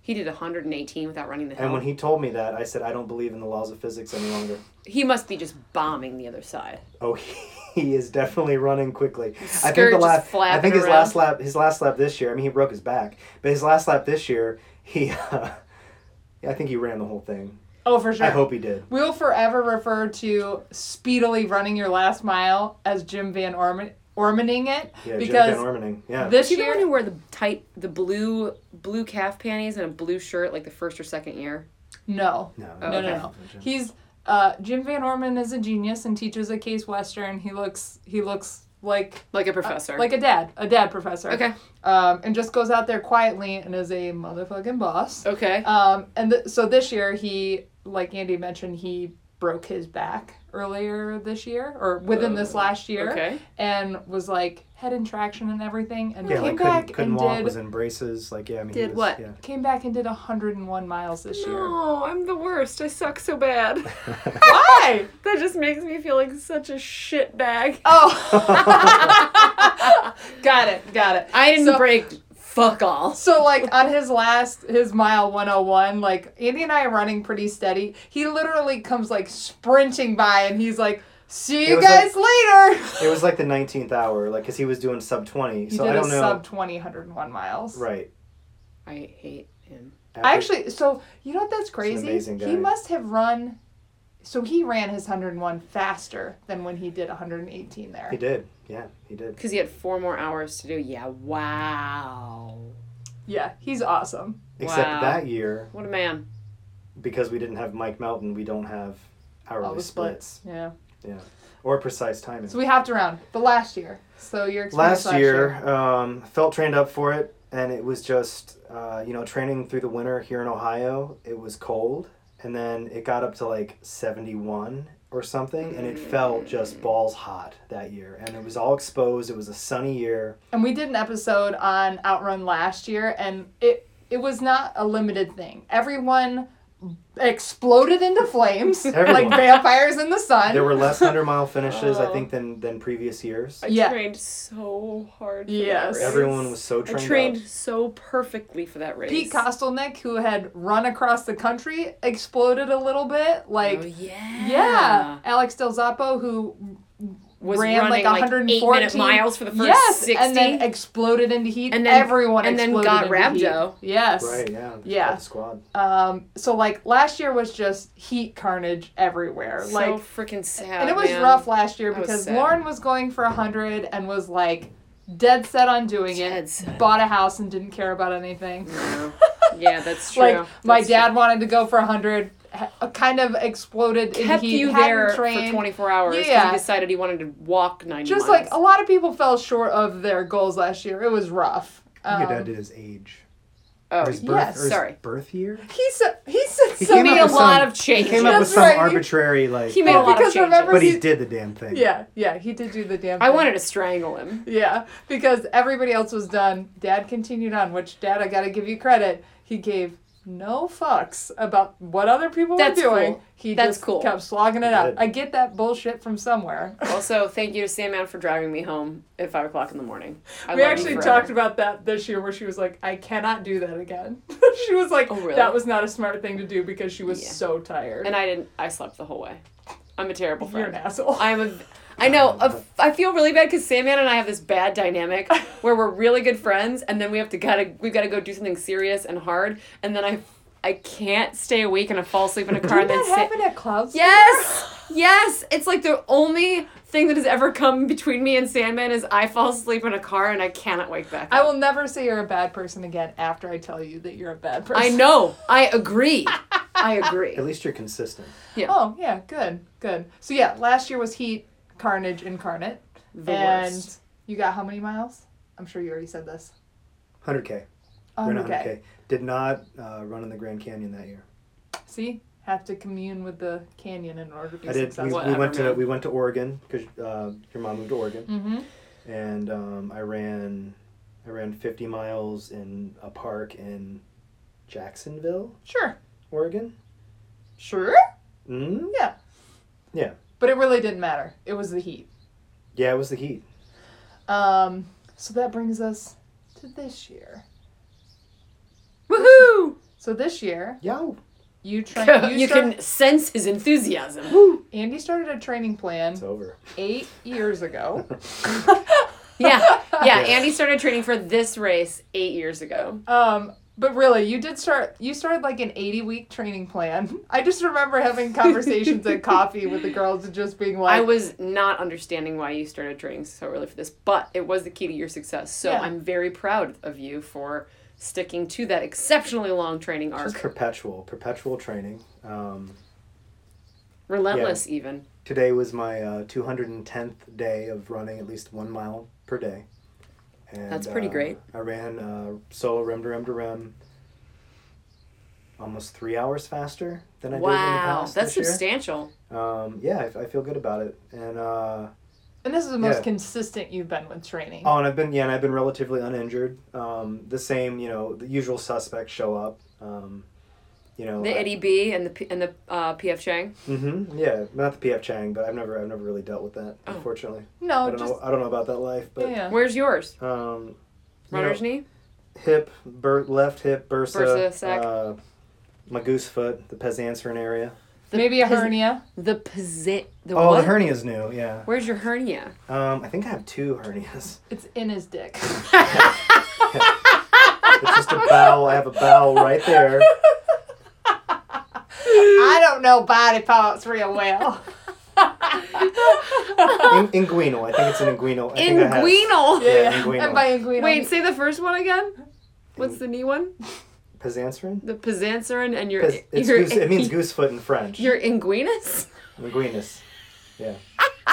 Speaker 1: He did 118 without running the hill.
Speaker 3: And when he told me that, I said I don't believe in the laws of physics any longer.
Speaker 1: he must be just bombing the other side.
Speaker 3: Oh, [LAUGHS] he, he is definitely running quickly. I
Speaker 1: skirt
Speaker 3: think the
Speaker 1: just
Speaker 3: last. I
Speaker 1: flapping
Speaker 3: think his
Speaker 1: around.
Speaker 3: last lap. His last lap this year. I mean, he broke his back, but his last lap this year, he. [LAUGHS] Uh, I think he ran the whole thing.
Speaker 2: Oh, for sure.
Speaker 3: I hope he did.
Speaker 2: We will forever refer to speedily running your last mile as Jim Van Orman Ormaning it
Speaker 3: Yeah,
Speaker 2: because
Speaker 3: Jim Van Ormaning. Yeah.
Speaker 2: this
Speaker 1: Is he the
Speaker 2: year
Speaker 1: one who wore the tight, the blue, blue calf panties and a blue shirt like the first or second year?
Speaker 2: no
Speaker 3: no,
Speaker 2: no no no he's uh, Jim Van Orman is a genius and teaches at Case Western he looks he looks like
Speaker 1: Like a professor.
Speaker 2: like a dad a dad professor
Speaker 1: okay,
Speaker 2: um, and just goes out there quietly and is a motherfucking boss
Speaker 1: okay.
Speaker 2: Um, and th- so this year he, like Andy mentioned, he broke his back earlier this year or within this last year,
Speaker 1: Oh, okay.
Speaker 2: and was like head in traction and everything, and
Speaker 3: Yeah,
Speaker 2: came
Speaker 3: like
Speaker 2: back
Speaker 3: couldn't, couldn't
Speaker 2: and
Speaker 3: walk.
Speaker 2: did
Speaker 3: Was in braces. Like yeah. I mean, he
Speaker 1: Did
Speaker 3: was,
Speaker 1: what?
Speaker 3: Yeah.
Speaker 2: came back and did 101 miles this year.
Speaker 1: No, I'm the worst. I suck so [LAUGHS] bad.
Speaker 2: Why?
Speaker 1: that just makes me feel like such a shit bag. [LAUGHS]
Speaker 2: Oh, [LAUGHS] got it, got it.
Speaker 1: I didn't
Speaker 2: So-
Speaker 1: break fuck all.
Speaker 2: So like on his last his mile 101, like Andy and I are running pretty steady. He literally comes like sprinting by and he's like, "See
Speaker 3: It
Speaker 2: you
Speaker 3: was like-
Speaker 2: guys later."
Speaker 3: It was like the nineteenth hour, like because he was doing sub twenty.
Speaker 2: He
Speaker 3: so
Speaker 2: did
Speaker 3: I
Speaker 2: a
Speaker 3: don't know.
Speaker 2: sub 20, 101 miles.
Speaker 3: right.
Speaker 1: I hate him.
Speaker 3: After-
Speaker 2: I actually, so you know what that's
Speaker 3: an
Speaker 2: crazy?
Speaker 3: amazing
Speaker 2: He
Speaker 3: guy.
Speaker 2: must have run So he ran his 101 faster than when he did 118 there.
Speaker 3: He did. Yeah, he did.
Speaker 1: Because he had four more hours to do. Yeah, wow.
Speaker 2: Yeah, he's awesome.
Speaker 3: Except
Speaker 1: Wow.
Speaker 3: that year,
Speaker 1: What a man.
Speaker 3: because we didn't have Mike Melton, we don't have hourly
Speaker 2: All Oh, the
Speaker 3: splits.
Speaker 2: splits. Yeah.
Speaker 3: Yeah. Or precise timing.
Speaker 2: So we hopped around, but last year. So your experience
Speaker 3: last,
Speaker 2: last,
Speaker 3: year, um, felt trained up for it, and it was just, uh, you know, training through the winter here in Ohio. It was cold, and then it got up to like 71 or something, and it felt just balls hot that year. And it was all exposed. It was a sunny year.
Speaker 2: And we did an episode on Outrun last year, and it it was not a limited thing. Everyone exploded into flames like
Speaker 3: Everyone.
Speaker 2: vampires in the sun.
Speaker 3: There were less 100 mile finishes,
Speaker 1: [LAUGHS] Oh.
Speaker 3: I think, than, than previous years.
Speaker 1: I
Speaker 2: Yeah.
Speaker 1: trained so hard. For
Speaker 2: Yes.
Speaker 1: That race.
Speaker 3: Everyone was so
Speaker 1: I
Speaker 3: trained,
Speaker 1: trained
Speaker 3: up.
Speaker 1: so perfectly for that race.
Speaker 2: Pete Kostelnick, who had run across the country, exploded a little bit. Like,
Speaker 1: Oh, yeah.
Speaker 2: yeah. Alex Del Zappo, who
Speaker 1: Was
Speaker 2: ran
Speaker 1: running
Speaker 2: like
Speaker 1: like
Speaker 2: 114
Speaker 1: eight minute miles for the first
Speaker 2: yes,
Speaker 1: 60.
Speaker 2: and then exploded into heat.
Speaker 1: And then-
Speaker 2: everyone
Speaker 1: and then
Speaker 2: exploded
Speaker 1: got
Speaker 2: into heat.
Speaker 1: rhabdo.
Speaker 2: Yes.
Speaker 3: Right, yeah. they
Speaker 2: Yeah.
Speaker 3: called the squad.
Speaker 2: Um, so like last year was just heat carnage everywhere.
Speaker 1: so
Speaker 2: like
Speaker 1: freaking sad.
Speaker 2: and it was
Speaker 1: man.
Speaker 2: rough last year
Speaker 1: That was
Speaker 2: because
Speaker 1: sad.
Speaker 2: Lauren was going for a hundred and was like dead set on doing
Speaker 1: Dead
Speaker 2: it.
Speaker 1: set.
Speaker 2: Bought a house and didn't care about anything.
Speaker 1: No. [LAUGHS] Yeah, that's true.
Speaker 2: [LAUGHS] like my
Speaker 1: That's
Speaker 2: dad wanted to go for a hundred, ha- kind of exploded.
Speaker 1: true.
Speaker 2: in
Speaker 1: kept
Speaker 2: heat,
Speaker 1: you
Speaker 2: hadn't
Speaker 1: there
Speaker 2: trained.
Speaker 1: for 24 hours 'cause
Speaker 2: Yeah.
Speaker 1: he decided he wanted to walk 90
Speaker 2: Just like oh,
Speaker 1: miles.
Speaker 2: a lot of people fell short of their goals last year. It was rough.
Speaker 3: I think
Speaker 2: Um,
Speaker 3: your dad did his age.
Speaker 1: oh,
Speaker 3: Or his birth,
Speaker 2: yes,
Speaker 3: or his
Speaker 1: sorry.
Speaker 3: birth year?
Speaker 2: he said he said
Speaker 3: He
Speaker 2: something
Speaker 3: came
Speaker 1: made
Speaker 3: up
Speaker 1: a
Speaker 3: with
Speaker 1: lot
Speaker 3: some-
Speaker 1: of changes.
Speaker 3: He came up with
Speaker 2: That's
Speaker 3: some
Speaker 2: right, he-
Speaker 3: arbitrary like.
Speaker 1: He made
Speaker 2: Yeah,
Speaker 1: a lot
Speaker 2: because
Speaker 1: of changes.
Speaker 2: remember-
Speaker 3: but he
Speaker 2: he-
Speaker 3: did the damn thing.
Speaker 2: Yeah, yeah, he did do the damn.
Speaker 1: I
Speaker 2: thing.
Speaker 1: wanted to strangle him.
Speaker 2: Yeah, because everybody else was done. Dad continued on, which Dad, I gotta give you credit. He gave no fucks about what other people
Speaker 1: That's
Speaker 2: were doing.
Speaker 1: cool.
Speaker 2: He
Speaker 1: That's
Speaker 2: just
Speaker 1: cool.
Speaker 2: kept slogging it out.
Speaker 3: Good.
Speaker 2: I get that bullshit from somewhere.
Speaker 1: Also, thank you to Sandman for driving me home at 5 o'clock in the morning. I
Speaker 2: we
Speaker 1: love you
Speaker 2: actually
Speaker 1: forever.
Speaker 2: talked about that this year, where she was like, "I cannot do that again." [LAUGHS] she was like,
Speaker 1: Oh, really?
Speaker 2: "That was not a smart thing to do because she was
Speaker 1: Yeah.
Speaker 2: so tired."
Speaker 1: And I didn't, I slept the whole way. I'm a terrible
Speaker 2: You're an
Speaker 1: friend.
Speaker 2: asshole.
Speaker 1: I'm a. I know. A, I feel really bad because Sandman and I have this bad
Speaker 2: [LAUGHS]
Speaker 1: dynamic where we're really good friends, and then we have to gotta we've got to go do something serious and hard, and then I I can't stay awake and I fall asleep in a car.
Speaker 2: Did
Speaker 1: and then
Speaker 2: that
Speaker 1: Sa-
Speaker 2: happen at Clouds?
Speaker 1: Yes, yes. It's like the only thing that has ever come between me and Sandman is I fall asleep in a car and I cannot wake back.
Speaker 2: I
Speaker 1: Up.
Speaker 2: will never say you're a bad person again after I tell you that you're a bad person.
Speaker 1: I know. I agree. [LAUGHS] I agree.
Speaker 3: At least you're consistent.
Speaker 2: [LAUGHS] Oh yeah, good, good. So yeah, last year was Heat, Carnage, Incarnate,
Speaker 1: The
Speaker 2: and
Speaker 1: worst.
Speaker 2: you got how many miles? I'm sure you already said this.
Speaker 3: 100K.
Speaker 2: Oh,
Speaker 3: Ran
Speaker 2: okay.
Speaker 3: 100K. Did not uh, run in the Grand Canyon that year.
Speaker 2: See, have to commune with the canyon in order to be
Speaker 3: I did. We,
Speaker 2: successful.
Speaker 3: we
Speaker 1: Whatever,
Speaker 3: went to
Speaker 1: man.
Speaker 3: we went to Oregon because uh, your mom moved to Oregon,
Speaker 2: Mm-hmm.
Speaker 3: and um, I ran I ran 50 miles in a park in Jacksonville,
Speaker 2: Sure.
Speaker 3: Oregon.
Speaker 2: Sure.
Speaker 3: Mm?
Speaker 2: Yeah.
Speaker 3: Yeah.
Speaker 2: But it really didn't matter. It was the Heat.
Speaker 3: Yeah, it was the heat.
Speaker 2: Um. So that brings us to this year.
Speaker 1: Woohoo!
Speaker 2: So this year,
Speaker 3: Yo.
Speaker 2: you train.
Speaker 1: [LAUGHS] You,
Speaker 2: You, start-
Speaker 1: can sense his enthusiasm.
Speaker 2: Andy started a training plan
Speaker 3: It's over.
Speaker 2: eight years
Speaker 3: [LAUGHS]
Speaker 2: ago. [LAUGHS]
Speaker 1: [LAUGHS] yeah, yeah.
Speaker 3: Yeah.
Speaker 1: Andy started training for this race eight years ago.
Speaker 2: Um, but really, you did start. You started like an eighty-week training plan. I just
Speaker 1: [LAUGHS]
Speaker 2: remember having conversations at coffee with the girls and just being like,
Speaker 1: I was not understanding why you started training so early for this, but it was the key to your success. So
Speaker 2: Yeah.
Speaker 1: I'm very proud of you for sticking to that exceptionally long training
Speaker 3: Just
Speaker 1: arc.
Speaker 3: perpetual, perpetual training. Um,
Speaker 1: Relentless, even.
Speaker 3: Today was my uh, 210th day of running at least one mile per day. And,
Speaker 1: That's pretty
Speaker 3: uh,
Speaker 1: great.
Speaker 3: I ran uh, solo rem to rem to rem almost three hours faster than I did in the
Speaker 1: Wow,
Speaker 3: past.
Speaker 1: that's
Speaker 3: this year.
Speaker 1: substantial.
Speaker 3: Um, yeah, I, I feel good about it. And uh,
Speaker 2: and this is the most
Speaker 3: Yeah.
Speaker 2: consistent you've been with training.
Speaker 3: oh, and I've been yeah, and I've been relatively uninjured. Um, the same, you know, the usual suspects show up. Um, you know,
Speaker 1: The Eddie B and the P- and the uh, PF Chang.
Speaker 3: hmm yeah, not the PF Chang, but I've never, I've never really dealt with that,
Speaker 1: Oh.
Speaker 3: unfortunately. I
Speaker 2: no,
Speaker 3: don't
Speaker 2: Oh, just
Speaker 3: know, I don't know about that life, but
Speaker 2: yeah.
Speaker 1: Where's yours?
Speaker 3: um, you know,
Speaker 1: Runner's knee.
Speaker 3: hip, bur- left hip, bursa,
Speaker 1: Bursa, sac.
Speaker 3: Uh, my goose foot, the Pezancerin area.
Speaker 2: Maybe a
Speaker 1: pis-
Speaker 2: hernia.
Speaker 1: The posi- The
Speaker 3: Oh,
Speaker 1: what?
Speaker 3: the hernia's new, yeah.
Speaker 1: Where's your hernia?
Speaker 3: Um, I think I have two hernias.
Speaker 2: It's in his dick. [LAUGHS]
Speaker 3: It's just a bowel. I have a bowel right there.
Speaker 2: [LAUGHS] I I don't know body parts real well.
Speaker 3: In- inguinal. I think it's an inguinal. I think that
Speaker 2: [LAUGHS]
Speaker 3: has-
Speaker 1: Inguinal.
Speaker 3: Yeah, inguinal.
Speaker 2: And by inguinal.
Speaker 1: Wait, say the first one again. What's the new one?
Speaker 3: Pizanserin?
Speaker 1: The Pizanserin and your
Speaker 3: Piz- It's
Speaker 1: your,
Speaker 3: goose, it
Speaker 1: [LAUGHS]
Speaker 3: means goose foot in French.
Speaker 1: your inguinus.
Speaker 3: Inguinus.
Speaker 1: [LAUGHS]
Speaker 3: Yeah.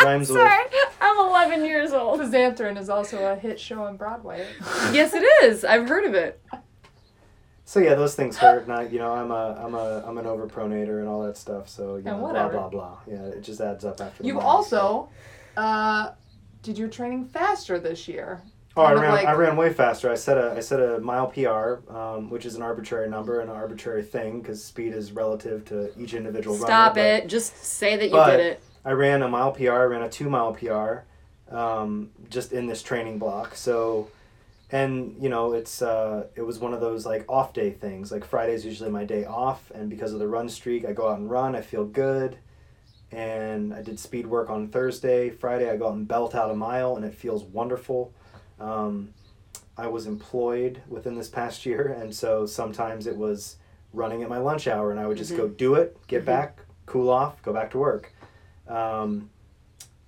Speaker 3: Rhymes with.
Speaker 4: Sorry, I'm 11 years old.
Speaker 2: Xantharin is also a hit show
Speaker 4: [LAUGHS]
Speaker 2: on Broadway.
Speaker 1: yes, it is. I've heard of it.
Speaker 3: So yeah, those things hurt. Not you know, I'm a I'm a I'm an overpronator and all that stuff. So you know, blah
Speaker 2: whatever.
Speaker 3: blah blah. Yeah, it just adds up after. the
Speaker 2: You
Speaker 3: month.
Speaker 2: also uh, did your training faster this year.
Speaker 3: Oh, I
Speaker 2: kind of
Speaker 3: ran
Speaker 2: like-
Speaker 3: I ran way faster. I set a I set a mile PR, um, which is an arbitrary number and an arbitrary thing because speed is relative to each individual.
Speaker 1: Stop
Speaker 3: runner, but-
Speaker 1: it. Just say that you
Speaker 3: but
Speaker 1: did it.
Speaker 3: I ran a mile PR, I ran a two mile PR, um, just in this training block. So, and you know, it's uh, it was one of those like off day things. Like Friday's usually my day off, and because of the run streak, I go out and run. I feel good, and I did speed work on Thursday. Friday, I go out and belt out a mile, and it feels wonderful. Um, I was employed within this past year, and so sometimes it was running at my lunch hour, and I would just go do it, get back, cool off, go back to work um,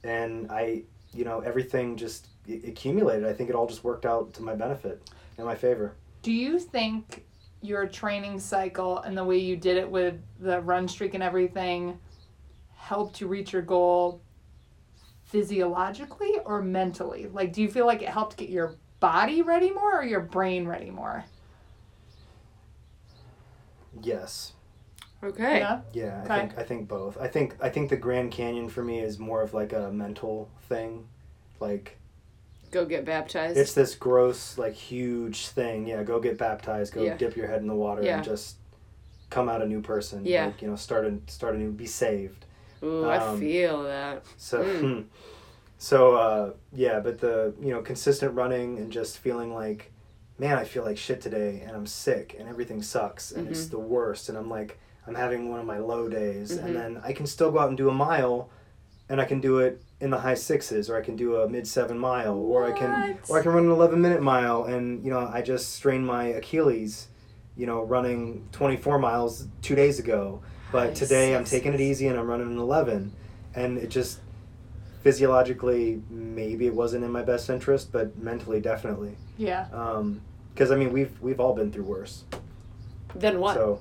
Speaker 3: and I, you know, everything just it accumulated. I think it all just worked out to my benefit and my favor.
Speaker 2: Do you think your training cycle and the way you did it with the run streak and everything helped you reach your goal physiologically or mentally? Like, do you feel like it helped get your body ready more or your brain ready more?
Speaker 3: Yes.
Speaker 1: Okay.
Speaker 2: Yeah.
Speaker 3: Yeah, I
Speaker 2: Okay.
Speaker 3: think I think both. I think I think the Grand Canyon for me is more of like a mental thing. Like
Speaker 1: Go get baptized.
Speaker 3: it's this gross, like huge thing. Yeah, go get baptized, go
Speaker 1: Yeah.
Speaker 3: dip your head in the water
Speaker 1: Yeah.
Speaker 3: and just come out a new person.
Speaker 1: Yeah.
Speaker 3: Like, you know, start a start a new be saved.
Speaker 1: Ooh,
Speaker 3: um,
Speaker 1: I feel that.
Speaker 3: So, [LAUGHS] so uh, yeah, but the you know consistent running and just feeling like, man, I feel like shit today, and I'm sick, and everything sucks, and it's the worst, and I'm like, I'm having one of my low days, and then I can still go out and do a mile, and I can do it in the high sixes, or I can do a mid seven mile, or I can,
Speaker 1: What?
Speaker 3: or I can run an eleven minute mile, and you know I just strained my Achilles, you know, running twenty four miles two days ago, but
Speaker 1: High
Speaker 3: today I'm
Speaker 1: sixes.
Speaker 3: taking it easy and I'm running an eleven, and it just physiologically maybe it wasn't in my best interest but mentally definitely
Speaker 2: Yeah.
Speaker 3: because i mean we've we've all been through worse
Speaker 1: Then what?
Speaker 3: so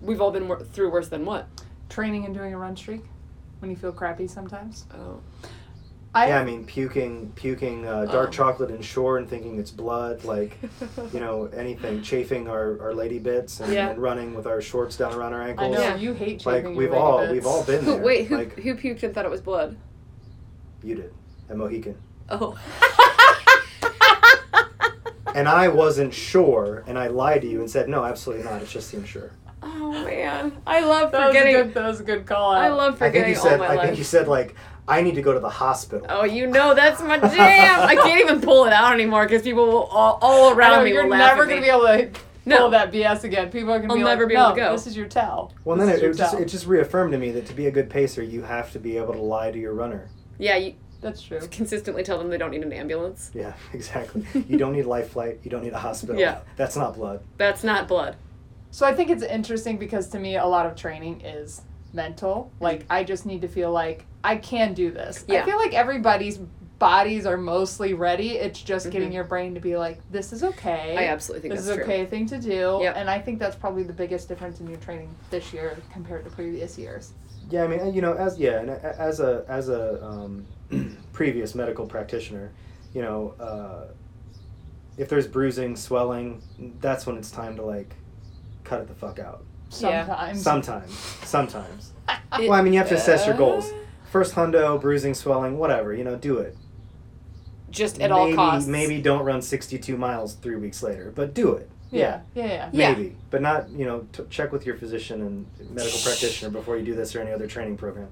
Speaker 1: We've all been wor- through worse than what?
Speaker 2: Training and doing a run streak when you feel crappy sometimes.
Speaker 1: Oh.
Speaker 2: I,
Speaker 3: yeah i mean puking puking uh, dark
Speaker 1: Oh.
Speaker 3: chocolate and shore and thinking it's blood
Speaker 2: [LAUGHS]
Speaker 3: like you know anything chafing our, our lady bits and,
Speaker 1: Yeah.
Speaker 3: and running with our shorts down around our
Speaker 2: I
Speaker 3: ankles
Speaker 2: know
Speaker 1: Yeah.
Speaker 2: you hate
Speaker 3: like
Speaker 2: shaving your
Speaker 3: we've
Speaker 2: lady
Speaker 3: all
Speaker 2: bits.
Speaker 3: we've
Speaker 2: [LAUGHS]
Speaker 3: all been
Speaker 1: Who,
Speaker 3: there
Speaker 1: wait, who,
Speaker 3: like
Speaker 1: who puked and thought it was blood?
Speaker 3: you did at mohican
Speaker 1: Oh.
Speaker 3: and i wasn't sure and i lied to you and said no absolutely not it's just the insurer
Speaker 1: oh, man. I love
Speaker 2: That was, a
Speaker 1: forgetting.
Speaker 2: good, that was a good call out.
Speaker 1: I love
Speaker 3: i think
Speaker 1: forgetting
Speaker 3: you said
Speaker 1: all my
Speaker 3: i
Speaker 1: life.
Speaker 3: think you said like i need to go to the hospital
Speaker 1: Oh, you know that's my jam. I can't even pull it out anymore because people will all, all
Speaker 2: I
Speaker 1: around
Speaker 2: know,
Speaker 1: me
Speaker 2: You're
Speaker 1: will laugh
Speaker 2: never
Speaker 1: at
Speaker 2: gonna
Speaker 1: me.
Speaker 2: be able to
Speaker 1: No.
Speaker 2: pull that BS again. People are gonna
Speaker 1: I'll
Speaker 2: be
Speaker 1: never
Speaker 2: like,
Speaker 1: be able
Speaker 2: no,
Speaker 1: to go."
Speaker 2: this is your tell.
Speaker 3: Well, then
Speaker 2: This
Speaker 3: it,
Speaker 2: is your
Speaker 3: it just
Speaker 2: tell.
Speaker 3: it just reaffirmed to me that to be a good pacer, you have to be able to lie to your runner.
Speaker 1: Yeah, you
Speaker 2: That's true.
Speaker 1: consistently tell them they don't need an ambulance.
Speaker 3: Yeah, [LAUGHS] exactly. you don't need life flight. You don't need a hospital.
Speaker 1: Yeah.
Speaker 3: that's not blood.
Speaker 1: That's not blood.
Speaker 2: So I think it's interesting because to me, a lot of training is mental. Like I just need to feel like I can do this. I
Speaker 1: Mm. Yeah.
Speaker 2: feel like everybody's bodies are mostly ready. It's just getting your brain to be like, this is okay.
Speaker 1: Mm-hmm. I absolutely think
Speaker 2: This is
Speaker 1: that's true.
Speaker 2: okay thing to do,
Speaker 1: Yep.
Speaker 2: and I think that's probably the biggest difference in your training this year compared to previous years.
Speaker 3: Yeah, I mean, you know, as yeah, and a- as a as a um, [CLEARS THROAT] previous medical practitioner, you know, uh, if there's bruising, swelling, that's when it's time to like cut it the fuck out.
Speaker 1: Yeah.
Speaker 2: Sometimes, [LAUGHS]
Speaker 3: Sometimes, sometimes.
Speaker 1: It-
Speaker 3: well, I mean, you have to assess your goals.
Speaker 2: Uh.
Speaker 3: First hundo, bruising, swelling, whatever. You know, do it.
Speaker 1: Just at
Speaker 3: maybe,
Speaker 1: all costs.
Speaker 3: Maybe don't run sixty-two miles three weeks later, but do it.
Speaker 2: yeah, yeah, yeah.
Speaker 1: Yeah.
Speaker 3: Maybe, but not you know. T- check with your physician and medical practitioner before you do this or any other training program.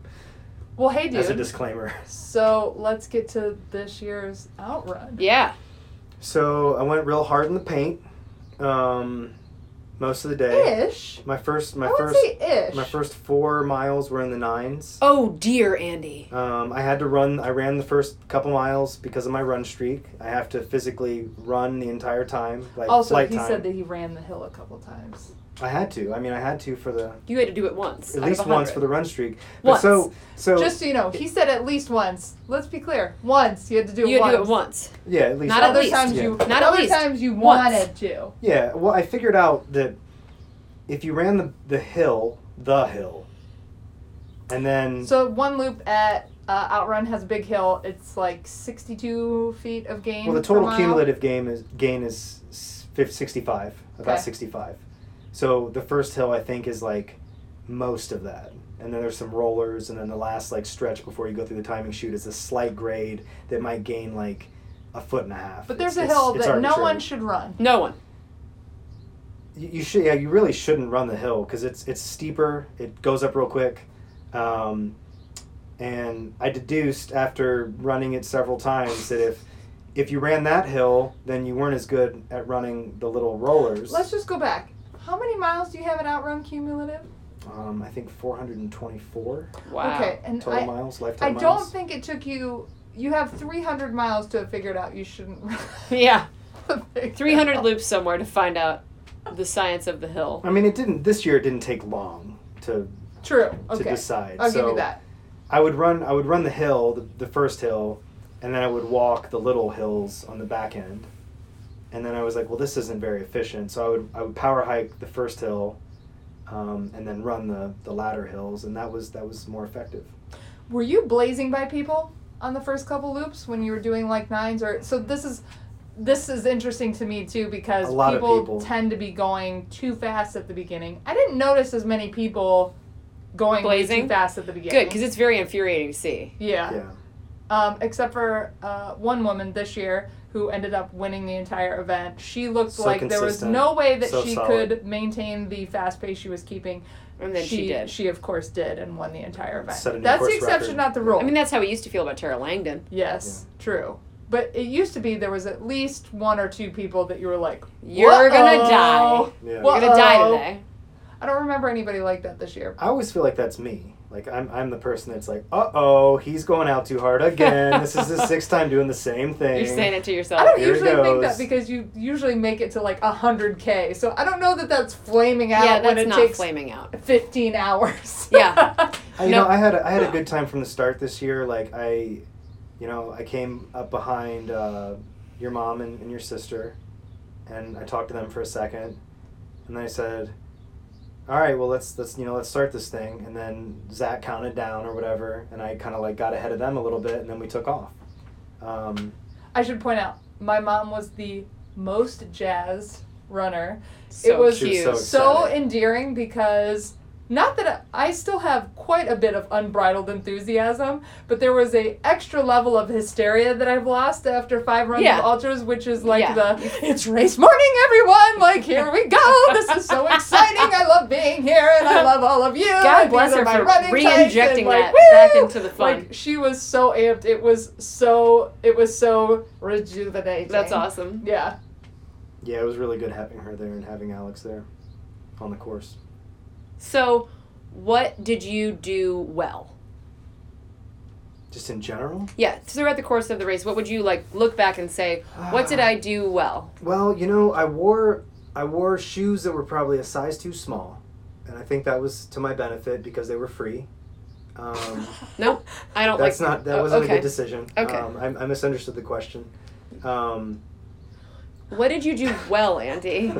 Speaker 2: Well, hey,
Speaker 3: As a
Speaker 2: dude.
Speaker 3: disclaimer.
Speaker 2: So let's get to this year's outrun.
Speaker 1: Yeah.
Speaker 3: So I went real hard in the paint, um, most of the day.
Speaker 2: Ish.
Speaker 3: My first,
Speaker 2: I
Speaker 3: my
Speaker 2: would
Speaker 3: first,
Speaker 2: say ish.
Speaker 3: my first four miles were in the nines.
Speaker 1: Oh dear, Andy.
Speaker 3: Um, I had to run. I ran the first couple miles because of my run streak. I have to physically run the entire time, like
Speaker 2: also,
Speaker 3: flight
Speaker 2: Oh, he
Speaker 3: time.
Speaker 2: said that he ran the hill a couple times.
Speaker 3: I had to. I mean, I had to for the
Speaker 1: You had to do it once. out
Speaker 3: at
Speaker 1: of
Speaker 3: least once
Speaker 1: 100.
Speaker 3: for the run streak. But So so
Speaker 2: Just so you know, he said at least once. Let's be clear. Once. You had to do it
Speaker 1: You had
Speaker 2: once.
Speaker 1: to do it once.
Speaker 3: yeah, at least
Speaker 1: Not at
Speaker 2: Other
Speaker 1: least.
Speaker 2: times
Speaker 3: Yeah.
Speaker 2: you
Speaker 1: Not at
Speaker 2: other
Speaker 1: least.
Speaker 2: times you
Speaker 1: Once.
Speaker 2: wanted to.
Speaker 3: Yeah, well, I figured out that if you ran the the hill, the hill, and then
Speaker 2: So one loop at uh, Outrun has a big hill. It's like 62 feet of gain.
Speaker 3: well, the
Speaker 2: per
Speaker 3: total
Speaker 2: mile.
Speaker 3: cumulative game is gain is s- fif- sixty-five, about
Speaker 2: Okay.
Speaker 3: sixty-five. So the first hill I think is like most of that, and then there's some rollers, and then the last like stretch before you go through the timing chute is a slight grade that might gain like a foot and a half.
Speaker 2: But there's
Speaker 3: It's-
Speaker 2: a
Speaker 3: it's-
Speaker 2: hill
Speaker 3: it's
Speaker 2: that no
Speaker 3: arbitrary.
Speaker 2: one should run.
Speaker 1: No one.
Speaker 3: you you should yeah you really shouldn't run the hill because it's it's steeper it goes up real quick um, and i deduced after running it several times that if if you ran that hill then you weren't as good at running the little rollers
Speaker 2: Let's just go back. How many miles do you have at Outrun cumulative?
Speaker 3: um, i think 424
Speaker 1: Wow.
Speaker 2: Okay, and
Speaker 3: total
Speaker 2: I,
Speaker 3: miles lifetime
Speaker 2: I don't
Speaker 3: miles
Speaker 2: think it took you. You have 300 miles to have figured out you shouldn't [LAUGHS] run.
Speaker 1: [LAUGHS] Yeah.
Speaker 2: the big
Speaker 1: 300
Speaker 2: hill.
Speaker 1: loops somewhere to find out the science of the hill.
Speaker 3: i mean it didn't this year it didn't take long to
Speaker 2: True.
Speaker 3: to
Speaker 2: Okay.
Speaker 3: decide
Speaker 2: I'll
Speaker 3: so
Speaker 2: give you that.
Speaker 3: I would run I would run the hill, the, the first hill, and then I would walk the little hills on the back end. And then I was like, well, this isn't very efficient. So I would I would power hike the first hill, um, and then run the the latter hills, and that was that was more effective.
Speaker 2: Were you blazing by people on the first couple loops when you were doing like nines or so this is this is interesting to me too because
Speaker 3: A lot of
Speaker 2: people,
Speaker 3: people.
Speaker 2: tend to be going too fast at the beginning. I didn't notice as many people going way too
Speaker 1: Blazing?
Speaker 2: fast at the
Speaker 1: Good,
Speaker 2: beginning.
Speaker 1: because it's very infuriating to see.
Speaker 2: yeah.
Speaker 3: Yeah,
Speaker 2: Um, except for uh, one woman this year who ended up winning the entire event. She looked
Speaker 3: So
Speaker 2: like there was
Speaker 3: consistent,
Speaker 2: no way that
Speaker 3: so
Speaker 2: she
Speaker 3: solid.
Speaker 2: could maintain the fast pace she was keeping.
Speaker 1: And then she, did.
Speaker 2: She of course did and won the entire event.
Speaker 3: Set a new
Speaker 2: That's the
Speaker 3: course
Speaker 2: exception,
Speaker 3: record.
Speaker 2: not the rule.
Speaker 1: I mean, that's how we used to feel about Tara Langdon.
Speaker 2: Yes, true. But it used to be there was at least one or two people that you were like,
Speaker 1: You're
Speaker 2: "Whoa."
Speaker 1: gonna die.
Speaker 3: yeah.
Speaker 2: Well-
Speaker 1: You're gonna die
Speaker 2: Uh-oh.
Speaker 1: today.
Speaker 2: I don't remember anybody like that this year.
Speaker 3: I always feel like that's me. Like I'm I'm the person that's like, uh oh, he's going out too hard again. this is the sixth time doing the same thing.
Speaker 1: You're saying it to yourself.
Speaker 2: I don't
Speaker 3: Oh, Here it
Speaker 2: usually think that
Speaker 3: goes.
Speaker 2: because you usually make it to like 100K. So I don't know that that's flaming out
Speaker 1: yeah,
Speaker 2: when
Speaker 1: that's
Speaker 2: it
Speaker 1: not
Speaker 2: takes
Speaker 1: flaming out.
Speaker 2: 15 hours. [LAUGHS]
Speaker 1: Yeah.
Speaker 3: I, you
Speaker 1: No.
Speaker 3: know, I had a, I had a good time from the start this year. Like I, you know, I came up behind uh, your mom and, and your sister, and I talked to them for a second, and then I said, "All right, well let's let's you know let's start this thing." And then Zach counted down or whatever, and I kind of like got ahead of them a little bit, and then we took off. Um,
Speaker 2: I should point out, my mom was the most jazz runner
Speaker 1: So
Speaker 2: it was
Speaker 3: She was
Speaker 1: cute.
Speaker 3: so
Speaker 2: so
Speaker 3: excited.
Speaker 2: endearing because not that I still have quite a bit of unbridled enthusiasm, but there was a extra level of hysteria that I've lost after five runs
Speaker 1: Yeah.
Speaker 2: of ultras, which is like
Speaker 1: Yeah.
Speaker 2: the
Speaker 1: [LAUGHS]
Speaker 2: it's race morning, everyone! Like here we go! This is so exciting! I love being here, and
Speaker 1: [LAUGHS]
Speaker 2: I love all of you.
Speaker 1: God
Speaker 2: These
Speaker 1: bless
Speaker 2: are
Speaker 1: her
Speaker 2: my
Speaker 1: for
Speaker 2: running times, and,
Speaker 1: re-injecting
Speaker 2: like,
Speaker 1: that back
Speaker 2: woo!
Speaker 1: into the fun.
Speaker 2: Like she was so amped. It was so it was so rejuvenating.
Speaker 1: That's awesome.
Speaker 2: Yeah.
Speaker 3: yeah, it was really good having her there and having Alex there, on the course.
Speaker 1: So, what did you do well?
Speaker 3: Just in general.
Speaker 1: Yeah, throughout the course of the race, what would you like look back and say, what did I do well?
Speaker 3: Well, you know, I wore I wore shoes that were probably a size too small, and I think that was to my benefit because they were free. Um,
Speaker 1: Nope, I don't
Speaker 3: that's
Speaker 1: like
Speaker 3: not that
Speaker 1: oh,
Speaker 3: wasn't a
Speaker 1: okay.
Speaker 3: good decision.
Speaker 1: Okay.
Speaker 3: Um, I, I misunderstood the question. Um,
Speaker 1: What did you do well, Andy? you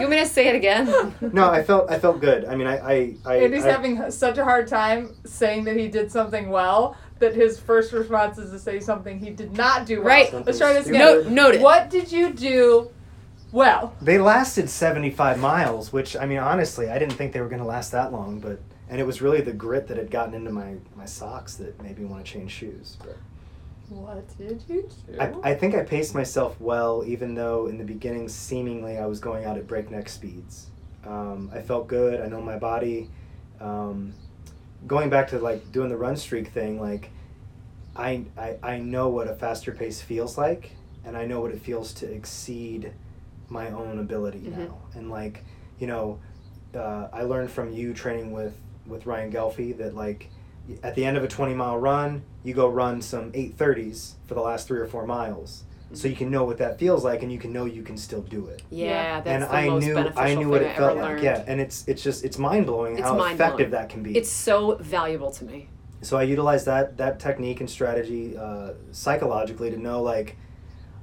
Speaker 1: want me to say it
Speaker 2: [LAUGHS]
Speaker 1: again?
Speaker 3: no, I felt I felt good. I mean, I I, I,
Speaker 2: And he's
Speaker 3: I-
Speaker 2: having such a hard time saying that he did something well that his first response is to say something he did not do well.
Speaker 1: Right.
Speaker 2: Let's try this
Speaker 3: Something
Speaker 2: again.
Speaker 1: No,
Speaker 3: Yeah.
Speaker 1: noted.
Speaker 2: What did you do well?
Speaker 3: they lasted seventy five miles, which I mean, honestly, I didn't think they were going to last that long, but. And it was really the grit that had gotten into my, my socks that made me want to change shoes. But
Speaker 2: What did you do?
Speaker 3: I, I think I paced myself well, even though in the beginning, seemingly, I was going out at breakneck speeds. Um, I felt good. I know my body. Um, going back to like doing the run streak thing, like I, I, I know what a faster pace feels like, and I know what it feels to exceed my own ability
Speaker 1: Mhm.
Speaker 3: now. And like, you know, uh, I learned from you training with, with Ryan Gelfie that like at the end of a 20 mile run, you go run some 830s for the last three or four miles.
Speaker 1: Mm-hmm.
Speaker 3: so you can know what that feels like and you can know you can still do it.
Speaker 1: Yeah,
Speaker 2: Yeah.
Speaker 1: that's
Speaker 3: and
Speaker 1: the
Speaker 3: I
Speaker 1: most
Speaker 3: knew
Speaker 1: beneficial
Speaker 3: I knew
Speaker 1: thing
Speaker 3: what
Speaker 1: I
Speaker 3: it
Speaker 1: ever
Speaker 3: felt
Speaker 1: learned.
Speaker 3: like. Yeah, and it's it's just it's mind blowing
Speaker 1: It's
Speaker 3: how
Speaker 1: mind-blowing.
Speaker 3: effective that can be.
Speaker 1: It's so valuable to me.
Speaker 3: so I utilized that that technique and strategy uh, psychologically to know like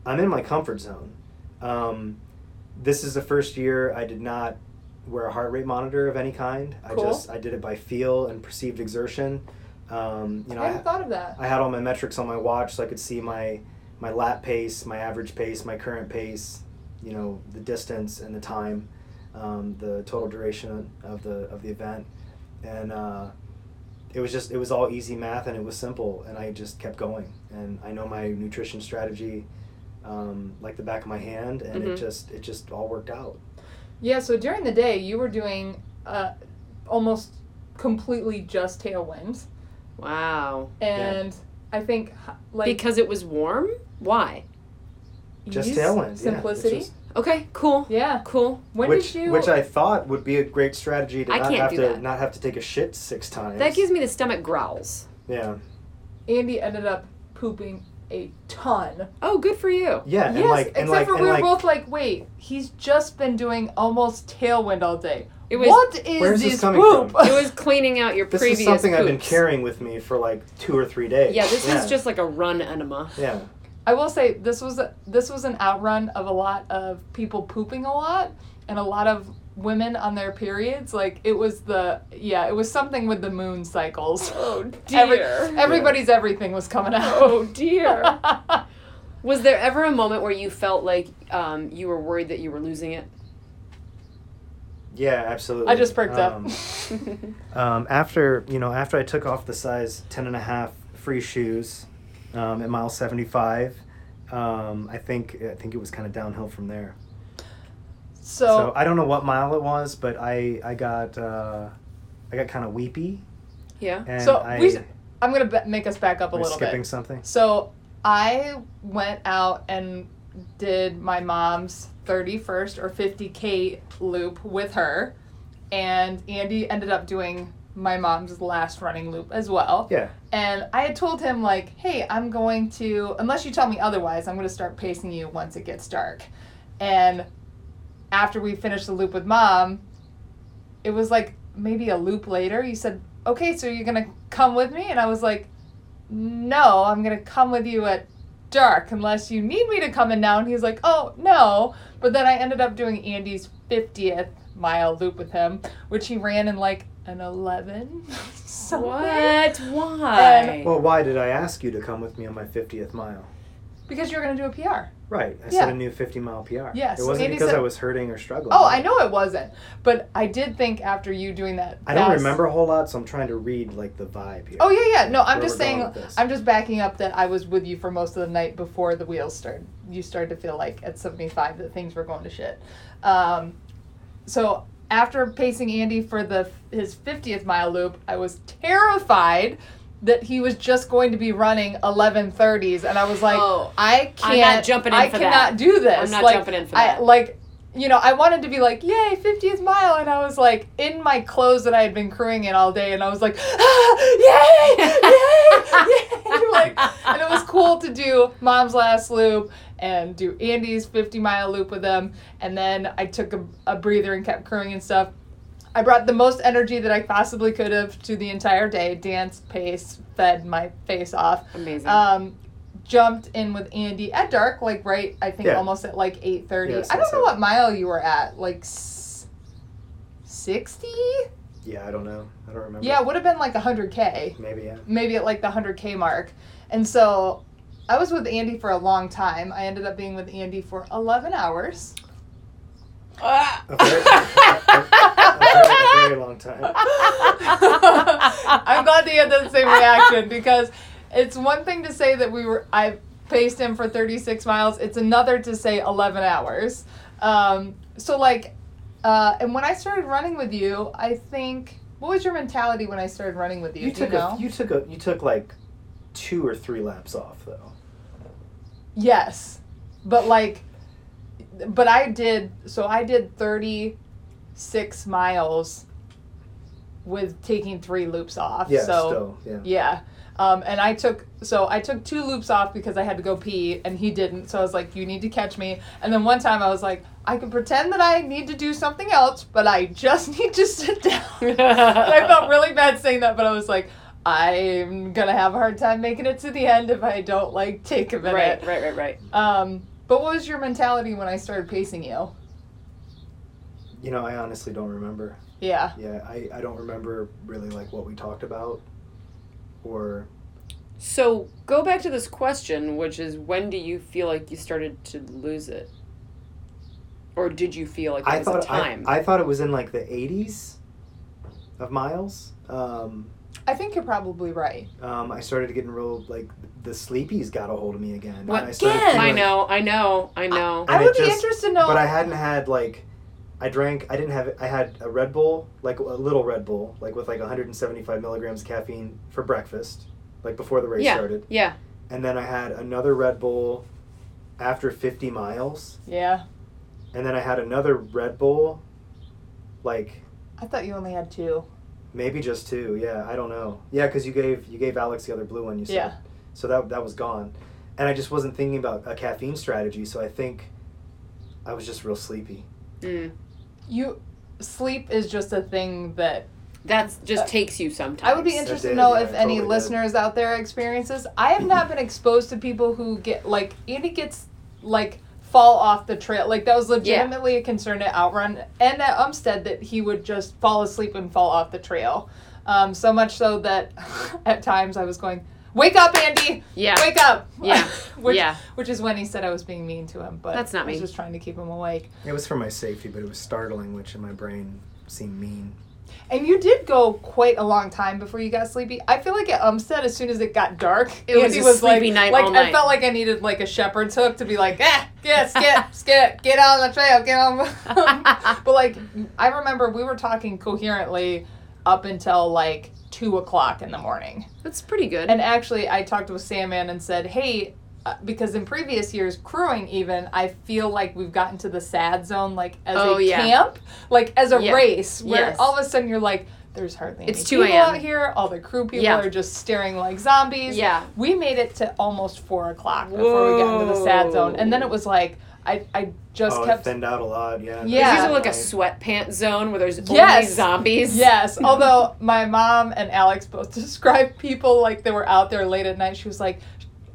Speaker 3: I'm in my comfort zone. Um, this is the first year I did not wear a heart rate monitor of any kind.
Speaker 2: Cool.
Speaker 3: I just I did it by feel and perceived exertion. Um, you know,
Speaker 2: I
Speaker 3: I,
Speaker 2: hadn't thought of that.
Speaker 3: I had all my metrics on my watch so I could see my my lap pace, my average pace, my current pace, you know, the distance and the time, um, the total duration of the of the event, and uh, it was just it was all easy math and it was simple and I just kept going and I know my nutrition strategy um, like the back of my hand and it
Speaker 1: Mhm.
Speaker 3: just it just all worked out.
Speaker 2: Yeah, so during the day, you were doing uh, almost completely just tailwinds.
Speaker 1: Wow.
Speaker 2: And I think, h- like,
Speaker 1: because it was warm? Why?
Speaker 3: Just
Speaker 2: ease,
Speaker 3: tailwinds,
Speaker 2: Simplicity.
Speaker 3: Yeah, it's just-
Speaker 1: Okay, cool.
Speaker 2: yeah.
Speaker 1: Cool.
Speaker 2: When
Speaker 3: which
Speaker 2: did you.
Speaker 3: which I thought would be a great strategy to
Speaker 1: I
Speaker 3: not
Speaker 1: can't
Speaker 3: have
Speaker 1: do
Speaker 3: to
Speaker 1: that.
Speaker 3: not have to take a shit six times.
Speaker 1: That gives me the stomach growls.
Speaker 3: yeah.
Speaker 2: Andy ended up pooping a ton.
Speaker 1: Oh, good for you.
Speaker 3: Yeah,
Speaker 2: yes,
Speaker 3: and like and
Speaker 2: except
Speaker 3: like
Speaker 2: for
Speaker 3: and
Speaker 2: we were
Speaker 3: like,
Speaker 2: both like, wait, he's just been doing almost tailwind all day.
Speaker 1: It was
Speaker 2: what is
Speaker 3: Where's
Speaker 2: this,
Speaker 3: this coming
Speaker 2: poop?
Speaker 3: from?
Speaker 1: it was cleaning out your
Speaker 3: this
Speaker 1: previous
Speaker 3: is something I've been
Speaker 1: poops.
Speaker 3: carrying with me for like two or three days.
Speaker 1: Yeah, this is just like a run enema.
Speaker 3: yeah.
Speaker 2: [LAUGHS] I will say this was a, this was an outrun of a lot of people pooping a lot and a lot of women on their periods. Like it was the yeah, it was something with the
Speaker 1: [LAUGHS]
Speaker 2: moon cycles.
Speaker 1: Oh
Speaker 2: Every- everybody's everything was coming out.
Speaker 1: [LAUGHS] Oh dear. Was there ever a moment where you felt like um, you were worried that you were losing it?
Speaker 3: Yeah,
Speaker 2: [LAUGHS]
Speaker 3: absolutely.
Speaker 2: I just perked
Speaker 3: Um,
Speaker 2: up.
Speaker 3: um, after you know after i took off the size 10 and a half free shoes um, at mile 75 um, i think i think it was kind of downhill from there
Speaker 2: So,
Speaker 3: so i don't know what mile it was but i i got uh, i got kind of weepy
Speaker 1: yeah.
Speaker 3: and
Speaker 2: So
Speaker 3: i
Speaker 2: we- I'm gonna be- make us back up a
Speaker 3: am I
Speaker 2: little
Speaker 3: skipping
Speaker 2: bit.
Speaker 3: something
Speaker 2: So I went out and did my mom's 31st or 50k loop with her, and Andy ended up doing my mom's last running loop as well.
Speaker 3: yeah
Speaker 2: And I had told him, like, hey, I'm going to, unless you tell me otherwise, I'm going to start pacing you once it gets dark. And after we finished the loop with mom, it was like maybe a loop later. You said, okay, so you're going to come with me? And I was like, no, I'm going to come with you at dark unless you need me to come in now. And he's like, oh, no. But then I ended up doing Andy's 50th mile loop with him, which he ran in like an 11. somewhere.
Speaker 1: What? Why?
Speaker 3: well [LAUGHS] why did i ask you to come with me on my 50th mile
Speaker 2: Because you were going to do a PR.
Speaker 3: right i
Speaker 2: Yeah.
Speaker 3: said a new 50 mile pr
Speaker 2: Yeah, so
Speaker 3: it wasn't
Speaker 2: Andy
Speaker 3: because
Speaker 2: said-
Speaker 3: i was hurting or struggling
Speaker 2: Oh, I know it wasn't. But I did think after you doing that.
Speaker 3: i don't
Speaker 2: fast-
Speaker 3: remember a whole lot so i'm trying to read like the vibe here
Speaker 2: Oh, yeah, yeah. No, I'm
Speaker 3: Where
Speaker 2: just
Speaker 3: we're going
Speaker 2: saying.
Speaker 3: with this.
Speaker 2: I'm just backing up that I was with you for most of the night before the wheels started. You started to feel like at 75 that things were going to shit. Um, so after pacing Andy for the his 50th mile loop, I was terrified that he was just going to be running 11:30s, and I was like,
Speaker 1: Oh,
Speaker 2: I can't.
Speaker 1: I'm not jumping in
Speaker 2: I
Speaker 1: for that.
Speaker 2: cannot do this.
Speaker 1: I'm not
Speaker 2: Like,
Speaker 1: jumping in for
Speaker 2: I-
Speaker 1: that.
Speaker 2: like you know, I wanted to be like, yay, 50th mile. And I was like, in my clothes that I had been crewing in all day. And I was like, ah, yay, yay, yay. [LAUGHS] Like, and it was cool to do mom's last loop and do Andy's 50 mile loop with them. And then I took a, a breather and kept crewing and stuff. I brought the most energy that I possibly could have to the entire day, danced, paced, fed my face off.
Speaker 1: Amazing. [LAUGHS]
Speaker 2: Um, jumped in with Andy at dark, like right, I think
Speaker 3: Yeah.
Speaker 2: almost at like eight thirty.
Speaker 3: Yeah,
Speaker 2: I don't know
Speaker 3: sunset.
Speaker 2: what mile you were at, like sixty.
Speaker 3: yeah i don't know i don't remember
Speaker 2: Yeah, it would have been like hundred k,
Speaker 3: maybe yeah
Speaker 2: maybe at like the hundred k mark. And so, I was with Andy for a long time. I ended up being with Andy for eleven hours.
Speaker 3: a very, [LAUGHS] a very, a very long
Speaker 4: [LAUGHS]
Speaker 3: time.
Speaker 2: I'm glad that you had that same reaction because it's one thing to say that we were I paced him for 36 miles. It's another to say 11 hours. Um, so like, uh, and when I started running with you, I think what was your mentality when I started running with you?
Speaker 3: You
Speaker 2: Do
Speaker 3: took
Speaker 2: you know?
Speaker 3: a, you took a you took like two or three laps off though.
Speaker 2: Yes, but like, but I did. So I did thirty six miles with taking three loops off.
Speaker 3: Yeah,
Speaker 2: so
Speaker 3: still yeah.
Speaker 2: yeah. Um, and I took so I took two loops off because I had to go pee, and he didn't. So I was like, "You need to catch me." And then one time I was like, "I can pretend that I need to do something else, but I just [LAUGHS] need to sit
Speaker 3: [LAUGHS]
Speaker 2: down." and I felt really bad saying that, but I was like. I'm gonna have a hard time making it to the end if I don't like take a minute.
Speaker 4: Right, right, right, right.
Speaker 2: Um, but what was your mentality when I started pacing you?
Speaker 3: You know, I honestly don't remember.
Speaker 2: Yeah.
Speaker 3: Yeah, I, I don't remember really like what we talked about or
Speaker 4: So go back to this question, which is when do you feel like you started to lose it? Or did you feel like there
Speaker 3: I
Speaker 4: was a
Speaker 3: thought I,
Speaker 4: time?
Speaker 3: I thought it was in like the 80s of miles. Um,
Speaker 2: I think you're probably right.
Speaker 3: um, I started getting real like the sleepies got a hold of me again.
Speaker 4: What-
Speaker 3: And I started
Speaker 2: Again?
Speaker 3: feeling-
Speaker 4: I know, I know, I know.
Speaker 3: And
Speaker 2: I
Speaker 3: it
Speaker 2: would be
Speaker 3: just-
Speaker 2: interested to know.
Speaker 3: But I hadn't had like, I drank. I didn't have. I had a Red Bull, like a little Red Bull, like with like 175 milligrams of caffeine for breakfast, like before the race
Speaker 4: Yeah.
Speaker 3: started.
Speaker 4: yeah.
Speaker 3: And then I had another Red Bull after 50 miles,
Speaker 2: yeah.
Speaker 3: and then I had another Red Bull, like
Speaker 2: I thought you only had two.
Speaker 3: maybe just two. Yeah, I don't know. Yeah, because you gave you gave Alex the other blue one. You said.
Speaker 2: Yeah.
Speaker 3: So that that was gone, and I just wasn't thinking about a caffeine strategy. So I think. I was just real sleepy.
Speaker 4: Mm.
Speaker 2: You sleep is just a thing that
Speaker 4: That's just
Speaker 2: Uh,
Speaker 4: takes you sometimes.
Speaker 2: I would be
Speaker 3: That
Speaker 2: interested to
Speaker 3: did,
Speaker 2: know
Speaker 3: yeah,
Speaker 2: if
Speaker 3: it
Speaker 2: any
Speaker 3: totally did.
Speaker 2: listeners out there experience this. I have not been exposed to people who get like Andy gets like fall off the trail. Like that was legitimately a concern at Outrun and at Umstead that he would just fall asleep and fall off the trail. Um, so much so that [LAUGHS] at times I was going, "Wake up, Andy!
Speaker 4: Yeah.
Speaker 2: Wake up!"
Speaker 4: Yeah.
Speaker 2: [LAUGHS] which,
Speaker 4: Yeah.
Speaker 2: which is when he said I was being mean to him, but
Speaker 4: That's not
Speaker 2: I was
Speaker 4: mean.
Speaker 2: just trying to keep him awake.
Speaker 3: It was for my safety, but it was startling, which in my brain seemed mean.
Speaker 2: And you did go quite a long time before you got sleepy. I feel like at Umstead, as soon as it got dark,
Speaker 4: It was a sleepy
Speaker 2: like,
Speaker 4: night
Speaker 2: like
Speaker 4: all
Speaker 2: I
Speaker 4: night.
Speaker 2: felt like I needed like a shepherd's hook to be like, eh, get, skit,
Speaker 4: [LAUGHS]
Speaker 2: skit, get on the trail, get on. [LAUGHS] but like, I remember we were talking coherently up until like two o'clock in the morning.
Speaker 4: That's pretty good.
Speaker 2: And actually, I talked with Sandman and said, hey, uh, because in previous years, crewing even, I feel like we've gotten to the sad zone, like as
Speaker 4: Oh,
Speaker 2: a
Speaker 4: yeah.
Speaker 2: camp, like as a
Speaker 4: Yeah.
Speaker 2: race, where
Speaker 4: Yes.
Speaker 2: all of a sudden you're like, there's hardly any
Speaker 4: It's 2
Speaker 2: people
Speaker 4: a.m..
Speaker 2: out here. All the crew people
Speaker 4: Yeah.
Speaker 2: are just staring like zombies.
Speaker 4: Yeah.
Speaker 2: We made it to almost four o'clock before we got into the sad zone. And then it was like, I, I just
Speaker 3: oh, it
Speaker 2: kept
Speaker 3: thinned out a lot. Yeah.
Speaker 2: Yeah.
Speaker 4: There's usually like a sweatpant zone where there's only
Speaker 2: Yes.
Speaker 4: zombies. [LAUGHS]
Speaker 2: Yes, although my mom and Alex both [LAUGHS] described people like they were out there late at night. She was like,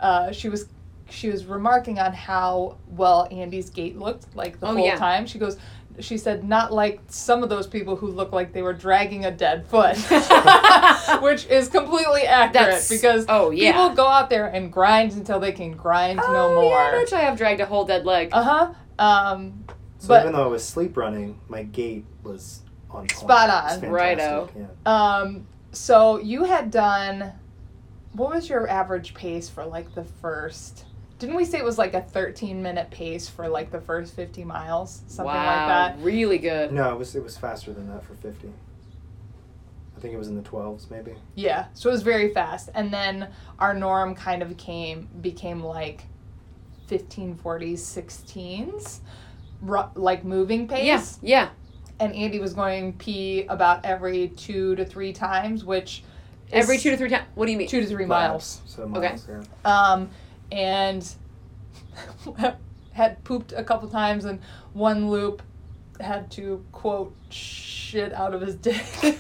Speaker 2: uh, she was, she was remarking on how well Andy's gait looked like the
Speaker 4: Oh,
Speaker 2: whole
Speaker 4: yeah.
Speaker 2: time. She goes, she said, not like some of those people who look like they were dragging a
Speaker 4: [LAUGHS]
Speaker 2: dead foot, [LAUGHS] which is completely accurate
Speaker 4: That's-
Speaker 2: because
Speaker 4: oh, yeah.
Speaker 2: people go out there and grind until they can grind
Speaker 4: Oh,
Speaker 2: no more.
Speaker 4: yeah, bitch, I have dragged a whole dead leg.
Speaker 2: uh huh. Um,
Speaker 3: So
Speaker 2: but-
Speaker 3: even though I was sleep running, my gait was on point.
Speaker 2: Spot on.
Speaker 3: It was
Speaker 4: Righto.
Speaker 3: fantastic,
Speaker 2: Um, so you had done, what was your average pace for like the first? Didn't we say it was like a 13 minute pace for like the first 50 miles? Something like
Speaker 4: wow.
Speaker 2: that.
Speaker 4: Really
Speaker 3: Yeah.
Speaker 4: good.
Speaker 3: No, it was it was faster than that for fifty. I think it was in the twelves, maybe.
Speaker 2: Yeah. So it was very fast. And then our norm kind of came, became like 1540s, 16s, ru- like moving pace.
Speaker 4: Yeah, yeah.
Speaker 2: And Andy was going pee about every two to three times, which is
Speaker 4: Every two to three times. What do you mean?
Speaker 2: two to three miles.
Speaker 3: So miles. Yeah.
Speaker 2: um, and [LAUGHS] had pooped a couple times and one loop had to quote shit out of his dick
Speaker 4: [LAUGHS]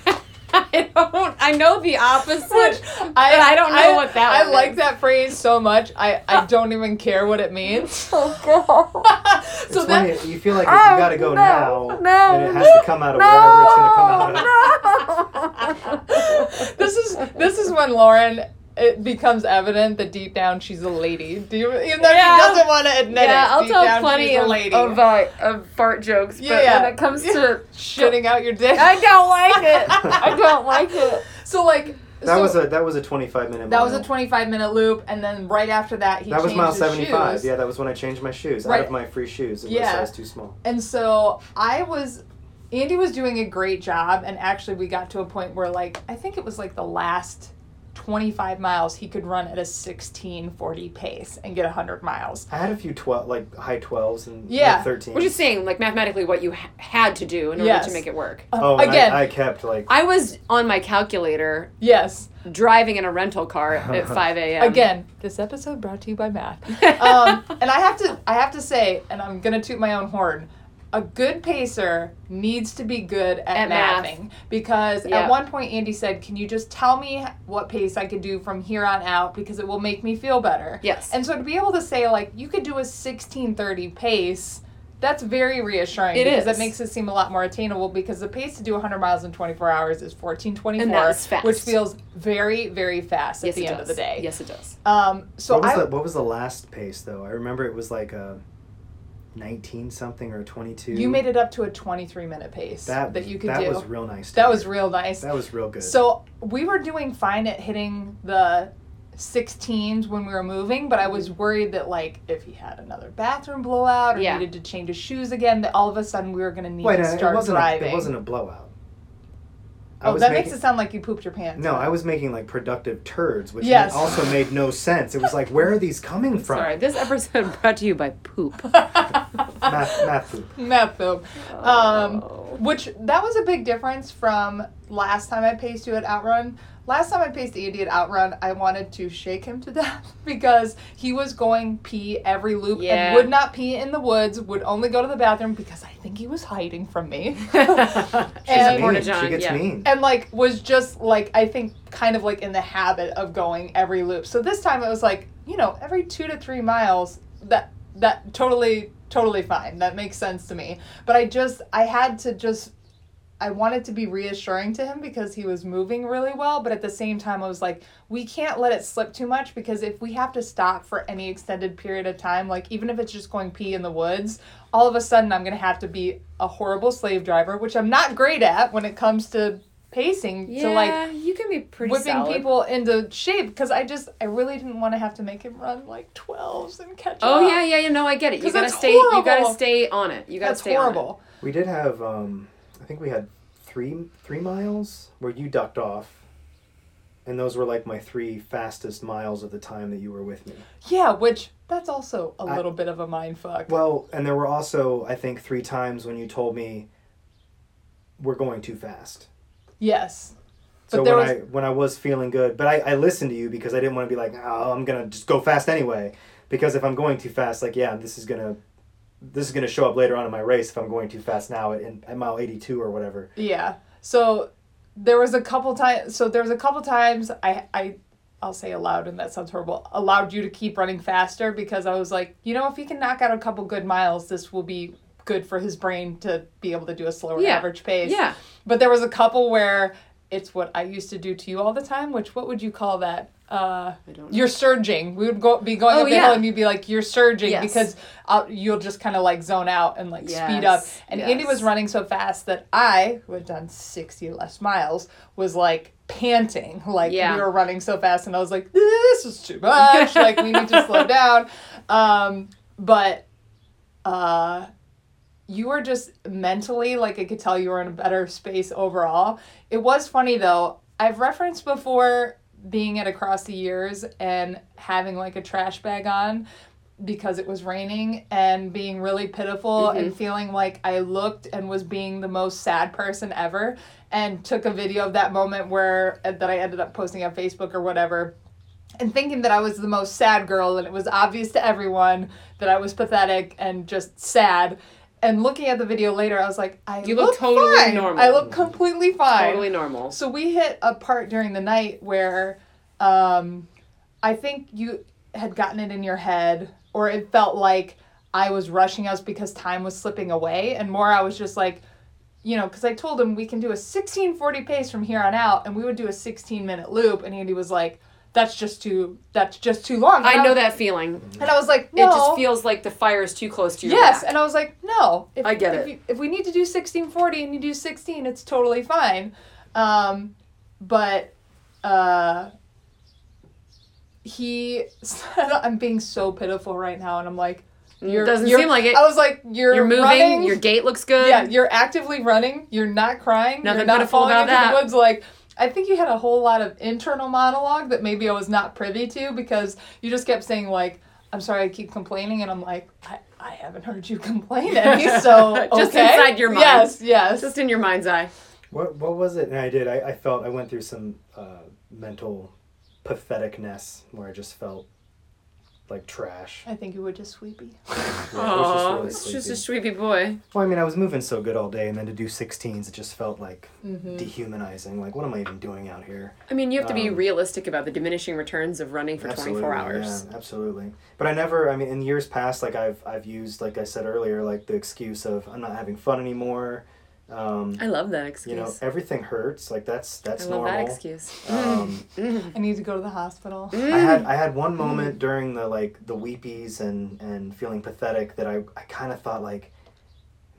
Speaker 2: [LAUGHS]
Speaker 4: I don't. I know the opposite.
Speaker 2: Which
Speaker 4: but I don't know what that
Speaker 2: I
Speaker 4: one
Speaker 2: like
Speaker 4: is.
Speaker 2: that phrase so much I,
Speaker 4: [LAUGHS]
Speaker 2: I don't even care what it means
Speaker 4: Oh,
Speaker 2: [LAUGHS]
Speaker 3: It's
Speaker 2: so
Speaker 3: funny.
Speaker 2: that
Speaker 3: you feel like if you got to go now, then it has to
Speaker 2: [LAUGHS]
Speaker 3: come out of wherever it's going to come out
Speaker 2: [LAUGHS]
Speaker 3: of.
Speaker 2: this is this is when Lauren it becomes evident that deep down she's a lady do you, even though
Speaker 4: Yeah.
Speaker 2: she doesn't want to admit
Speaker 4: yeah,
Speaker 2: it
Speaker 4: I'll
Speaker 2: deep
Speaker 4: tell
Speaker 2: down
Speaker 4: plenty
Speaker 2: she's
Speaker 4: of,
Speaker 2: a lady.
Speaker 4: of, uh, of fart jokes, but
Speaker 2: Yeah.
Speaker 4: when it comes
Speaker 2: [LAUGHS]
Speaker 4: to [LAUGHS]
Speaker 2: shitting out your dick
Speaker 4: I don't like
Speaker 2: [LAUGHS]
Speaker 4: it. I don't like it.
Speaker 2: So like
Speaker 3: That
Speaker 2: so
Speaker 3: was a that was a twenty five minute.
Speaker 2: that was
Speaker 3: mile.
Speaker 2: a 25 minute loop, and then right after that he
Speaker 3: That was
Speaker 2: changed
Speaker 3: mile
Speaker 2: his
Speaker 3: seventy five.
Speaker 2: shoes.
Speaker 3: Yeah, that was when I changed my shoes. I
Speaker 2: Right.
Speaker 3: have my free shoes. It was
Speaker 2: Yeah.
Speaker 3: size too small.
Speaker 2: And so I was, Andy was doing a great job, and actually we got to a point where like I think it was like the last 25 miles, he could run at a 1640 pace and get 100 miles.
Speaker 3: I had a few twelve, like high twelves and
Speaker 2: Yeah.
Speaker 3: thirteen.
Speaker 4: We're just saying, like mathematically, what you ha- had to do in order
Speaker 2: Yes.
Speaker 4: to make it work.
Speaker 2: Um,
Speaker 3: oh, and
Speaker 2: again,
Speaker 3: I, I kept like
Speaker 4: I was on my calculator
Speaker 2: yes.
Speaker 4: driving in a rental car at 5 a.m. [LAUGHS]
Speaker 2: Again, this episode brought to you by [LAUGHS] math. Um, and I have to I have to say, and I'm gonna toot my own horn. A good pacer needs to be good at,
Speaker 4: At math.
Speaker 2: mathing because
Speaker 4: Yeah.
Speaker 2: at one point Andy said, "Can you just tell me what pace I could do from here on out because it will make me feel better?"
Speaker 4: [LAUGHS] Yes.
Speaker 2: And so to be able to say like you could do a 1630 pace, that's very reassuring
Speaker 4: It
Speaker 2: because
Speaker 4: is.
Speaker 2: that makes it seem a lot more attainable because the pace to do 100 miles in 24 hours is 1424,
Speaker 4: And that is fast.
Speaker 2: which feels very very fast at
Speaker 4: yes,
Speaker 2: the
Speaker 4: it
Speaker 2: end
Speaker 4: does.
Speaker 2: of the day.
Speaker 4: Yes, it does.
Speaker 2: Um, so
Speaker 3: what was
Speaker 2: I
Speaker 3: the what was the last pace though? I remember it was like a nineteen something or twenty two.
Speaker 2: you made it up to a 23 minute pace that,
Speaker 3: that
Speaker 2: you could
Speaker 3: that
Speaker 2: do.
Speaker 3: was real nice. to
Speaker 2: that
Speaker 3: hear.
Speaker 2: was real nice.
Speaker 3: that was real good.
Speaker 2: So we were doing fine at hitting the 16s when we were moving, but I was worried that like if he had another bathroom blowout or
Speaker 4: Yeah.
Speaker 2: needed to change his shoes again, that all of a sudden we were going to need
Speaker 3: wait,
Speaker 2: to
Speaker 3: no, it
Speaker 2: start
Speaker 3: wasn't a,
Speaker 2: driving.
Speaker 3: it wasn't a blowout. I
Speaker 2: oh,
Speaker 3: was
Speaker 2: that
Speaker 3: making,
Speaker 2: makes it sound like you pooped your pants.
Speaker 3: No, I was making like productive turds, which
Speaker 2: Yes.
Speaker 3: also made no sense. It was like, where are
Speaker 2: [LAUGHS]
Speaker 3: these coming from?
Speaker 4: Sorry, this episode [LAUGHS] brought to you by poop.
Speaker 3: [LAUGHS] Math, math
Speaker 2: [LAUGHS]
Speaker 3: poop.
Speaker 2: Math film. Um,
Speaker 4: Oh.
Speaker 2: which that was a big difference from last time I paced you at Outrun. Last time I paced Andy at Outrun, I wanted to shake him to [LAUGHS] death because he was going pee every loop
Speaker 4: Yeah.
Speaker 2: and would not pee in the woods, would only go to the bathroom because I think he was hiding
Speaker 4: [LAUGHS]
Speaker 2: from me. [LAUGHS]
Speaker 3: She's
Speaker 2: And-
Speaker 3: mean.
Speaker 4: Portageon,
Speaker 3: she gets
Speaker 4: yeah.
Speaker 3: mean.
Speaker 2: and like was just like I think kind of like in the habit of going every loop. So this time it was like you know every two to three miles that that totally totally fine that makes sense to me. But I just I had to just I wanted to be reassuring to him because he was moving really well. But at the same time I was like we can't let it slip too much because if we have to stop for any extended period of time, like even if it's just going pee in the woods, all of a sudden I'm gonna have to be a horrible slave driver, which I'm not great at when it comes to pacing to like
Speaker 4: you can be pretty
Speaker 2: whipping
Speaker 4: solid.
Speaker 2: people into shape because I just I really didn't want to have to make him run like twelves and catch up.
Speaker 4: Oh yeah, yeah, yeah. No, I get it. You
Speaker 2: 'Cause
Speaker 4: gotta
Speaker 2: that's
Speaker 4: stay. You gotta
Speaker 2: horrible.
Speaker 4: stay on it. You gotta
Speaker 2: that's
Speaker 4: stay on
Speaker 2: horrible.
Speaker 3: We did have, um, I think we had three three miles where you ducked off, and those were like my three fastest miles of the time that you were with me.
Speaker 2: Yeah, which that's also a
Speaker 3: I-
Speaker 2: little bit of a mind fuck.
Speaker 3: Well, and there were also I think three times when you told me we're going too fast.
Speaker 2: yes.
Speaker 3: So
Speaker 2: But there
Speaker 3: when
Speaker 2: was-
Speaker 3: I when I was feeling good, but I, I listened to you because I didn't want to be like, oh, I'm gonna just go fast anyway. Because if I'm going too fast, like yeah, this is gonna this is gonna show up later on in my race if I'm going too fast now at, at mile eighty two or whatever.
Speaker 2: Yeah. So there was a couple times. So there was a couple times I I I'll say allowed, and that sounds horrible. Allowed you to keep running faster because I was like, you know, if he can knock out a couple good miles, this will be good for his brain to be able to do a slower
Speaker 4: Yeah.
Speaker 2: average pace.
Speaker 4: Yeah.
Speaker 2: But there was a couple where it's what I used to do to you all the time. Which what would you call that? Uh,
Speaker 4: it. I don't know.
Speaker 2: you're surging. We would go be going
Speaker 4: Oh,
Speaker 2: up the
Speaker 4: yeah.
Speaker 2: hill, and you'd be like, "You're surging,"
Speaker 4: Yes.
Speaker 2: because uh, you'll just kind of like zone out and like speed up.
Speaker 4: Yes,
Speaker 2: And Andy
Speaker 4: yes.
Speaker 2: was running so fast that I, who had done sixty less miles, was like panting. Like
Speaker 4: Yeah.
Speaker 2: we were running so fast, and I was like, "This is too much. like we need to
Speaker 4: [LAUGHS]
Speaker 2: slow down." Um, but uh you were just mentally like I could tell you were in a better space overall. It was funny though. I've referenced before being at across the years and having like a trash bag on because it was raining and being really pitiful and feeling like I looked and was being the most sad person ever and took a video of that moment where uh, that I ended up posting on Facebook or whatever and thinking that I was the most sad girl, and it was obvious to everyone that I was pathetic and just sad. And looking at the video later, I was like, I
Speaker 4: You
Speaker 2: look,
Speaker 4: look totally
Speaker 2: fine.
Speaker 4: normal.
Speaker 2: I look completely fine.
Speaker 4: Totally normal.
Speaker 2: So we hit a part during the night where um, I think you had gotten it in your head, or it felt like I was rushing us because time was slipping away, and more I was just like, you know, because I told him we can do a 1640 pace from here on out, and we would do a 16 minute loop, and Andy was like, that's just too that's just too long. And
Speaker 4: I know
Speaker 2: was-
Speaker 4: that feeling.
Speaker 2: and I was like, no.
Speaker 4: It just feels like the fire is too close to your
Speaker 2: Yes,
Speaker 4: back.
Speaker 2: and I was like, no. If,
Speaker 4: I get
Speaker 2: if
Speaker 4: it.
Speaker 2: You, if we need to do sixteen forty and you do sixteen, it's totally fine. Um, but uh, he [LAUGHS] said, I'm being so pitiful right now, and I'm like, you're,
Speaker 4: Doesn't
Speaker 2: you're-
Speaker 4: seem like it.
Speaker 2: I was like, you're,
Speaker 4: You're moving.
Speaker 2: running.
Speaker 4: Your gait looks good.
Speaker 2: yeah, you're actively running. You're not crying.
Speaker 4: Nothing
Speaker 2: you're not
Speaker 4: pitiful
Speaker 2: falling
Speaker 4: about
Speaker 2: into
Speaker 4: that.
Speaker 2: the woods like. I think you had a whole lot of internal monologue that maybe I was not privy to because you just kept saying like, "I'm sorry, I keep complaining," and I'm like, "I, I haven't heard you [LAUGHS]
Speaker 4: [LAUGHS]
Speaker 2: complain any." So
Speaker 1: Just
Speaker 2: okay.
Speaker 1: inside your mind.
Speaker 2: Yes, yes.
Speaker 1: Just in your mind's eye.
Speaker 3: What what was it? And I did. I, I felt I went through some uh, mental patheticness where I just felt like trash.
Speaker 2: I think you were just sweepy.
Speaker 3: Yeah, I was just
Speaker 1: Aw,
Speaker 3: really
Speaker 1: it's just a
Speaker 3: sleepy.
Speaker 1: sweepy boy.
Speaker 3: Well, I mean, I was moving so good all day, and then to do 16s, it just felt like
Speaker 1: Mm-hmm.
Speaker 3: dehumanizing. Like, what am I even doing out here?
Speaker 1: I mean, you have to be
Speaker 3: Um,
Speaker 1: realistic about the diminishing returns of running for 24 hours.
Speaker 3: Yeah, absolutely. But I never. I mean, in years past, like I've I've used, like I said earlier, like the excuse of I'm not having fun anymore. Um,
Speaker 1: I love that
Speaker 3: you
Speaker 1: excuse.
Speaker 3: know, everything hurts. Like that's
Speaker 1: I
Speaker 3: that's
Speaker 1: love
Speaker 3: normal.
Speaker 1: that excuse. [LAUGHS]
Speaker 3: Um,
Speaker 2: I need to go to the hospital.
Speaker 4: Mm-hmm.
Speaker 3: I had
Speaker 2: Mm.
Speaker 3: I had one moment during the like the weepies and and feeling pathetic that I I kind of thought like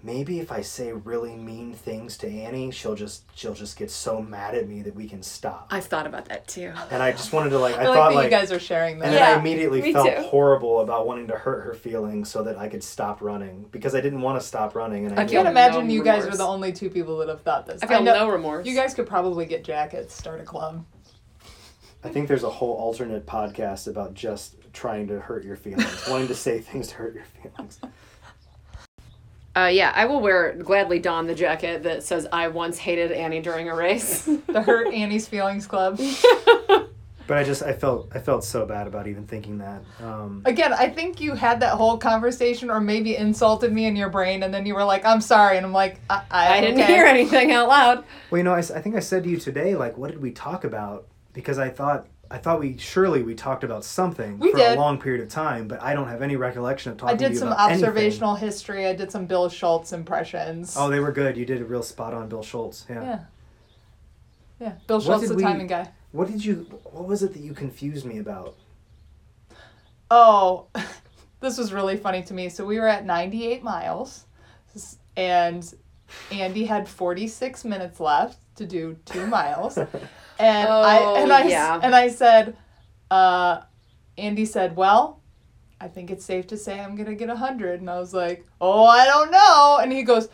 Speaker 3: maybe if I say really mean things to Annie she'll just she'll just get so mad at me that we can stop.
Speaker 1: I've thought about that too.
Speaker 3: And I just wanted to like I,
Speaker 2: I, like
Speaker 3: thought
Speaker 2: that
Speaker 3: like
Speaker 2: you guys are sharing that.
Speaker 3: and
Speaker 4: Yeah,
Speaker 3: then I immediately
Speaker 4: me
Speaker 3: felt
Speaker 4: too.
Speaker 3: horrible about wanting to hurt her feelings so that I could stop running because I didn't want to stop running and I,
Speaker 1: I
Speaker 3: knew-
Speaker 2: I can't
Speaker 4: No
Speaker 2: imagine you guys
Speaker 4: remorse.
Speaker 2: were the only two people that have thought this.
Speaker 4: I feel
Speaker 2: know-
Speaker 4: no remorse.
Speaker 2: You guys could probably get jackets, start a club.
Speaker 3: I think there's a whole alternate podcast about just trying to hurt your feelings, wanting to say things to hurt your feelings.
Speaker 1: Uh, yeah, I will wear gladly don the jacket that says "I once hated Annie during
Speaker 4: [LAUGHS]
Speaker 1: a race."
Speaker 2: The Hurt Annie's Feelings Club.
Speaker 3: But I just I felt I felt so bad about even thinking that. Um,
Speaker 2: Again, I think you had that whole conversation or maybe insulted me in your brain, and then you were like, I'm sorry. And I'm like, I, I,
Speaker 1: I didn't
Speaker 2: okay."
Speaker 1: hear anything out loud.
Speaker 3: well, you know, I, s- I think I said to you today, like, what did we talk about? Because I thought I thought we surely we talked about something
Speaker 2: We
Speaker 3: for
Speaker 2: did.
Speaker 3: a long period of time, but I don't have any recollection
Speaker 2: I
Speaker 3: of talking. to
Speaker 2: did
Speaker 3: you
Speaker 2: some
Speaker 3: about anything.
Speaker 2: observational history. I did some Bill Schultz impressions.
Speaker 3: Oh, they were good. You did a real spot on Bill Schultz. Yeah.
Speaker 2: yeah. Yeah. Bill Schultz,
Speaker 3: did
Speaker 2: the
Speaker 3: we-
Speaker 2: timing guy.
Speaker 3: What did you? What was it that you confused me about?
Speaker 2: Oh, [LAUGHS] this was really funny to me. So we were at 98 miles, s- and Andy had 46 minutes left to do two miles, and I and
Speaker 1: Oh,
Speaker 2: I s-
Speaker 1: yeah.
Speaker 2: and I said, uh, Andy said, "Well, I think it's safe to say I'm gonna get 100," and I was like, "Oh, I don't know," and he goes,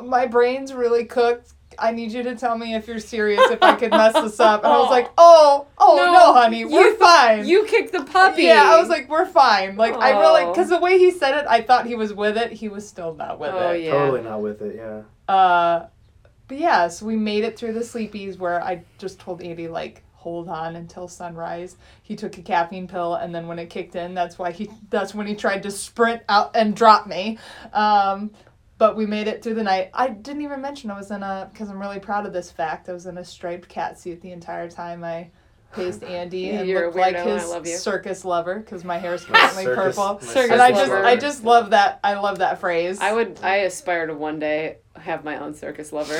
Speaker 2: "My brain's really cooked." I need you to tell me if you're serious if I could mess this up. And I was like, "Oh, oh no,
Speaker 4: No,
Speaker 2: honey, we're
Speaker 4: you-
Speaker 2: fine."
Speaker 4: You kicked the puppy.
Speaker 2: Yeah, I was like, we're fine. Like, I really,
Speaker 4: Oh.
Speaker 2: because the way he said it, I thought he was with it. He was still not with
Speaker 4: Oh
Speaker 2: it.
Speaker 4: yeah.
Speaker 3: Totally not with it.
Speaker 2: [LAUGHS]
Speaker 3: Yeah.
Speaker 2: Uh, but yeah, so we made it through the sleepies where I just told Andy, like, hold on until sunrise. He took a caffeine pill, and then when it kicked in, that's why he, that's when he tried to sprint out and drop me. Um, but we made it through the night. I didn't even mention I was in a, because I'm really proud of this fact, I was in a striped cat suit the entire time I
Speaker 4: [LAUGHS]
Speaker 2: paced Andy and
Speaker 4: You're a
Speaker 2: looked like
Speaker 4: weirdo and I
Speaker 2: his
Speaker 4: love you.
Speaker 2: circus lover, because my
Speaker 3: [LAUGHS]
Speaker 2: hair is currently
Speaker 3: Circus-
Speaker 2: purple.
Speaker 3: my
Speaker 4: Circus
Speaker 2: And I just,
Speaker 4: lover.
Speaker 2: I just love that, I love that phrase.
Speaker 4: I would. I aspire to one day have my own circus lover.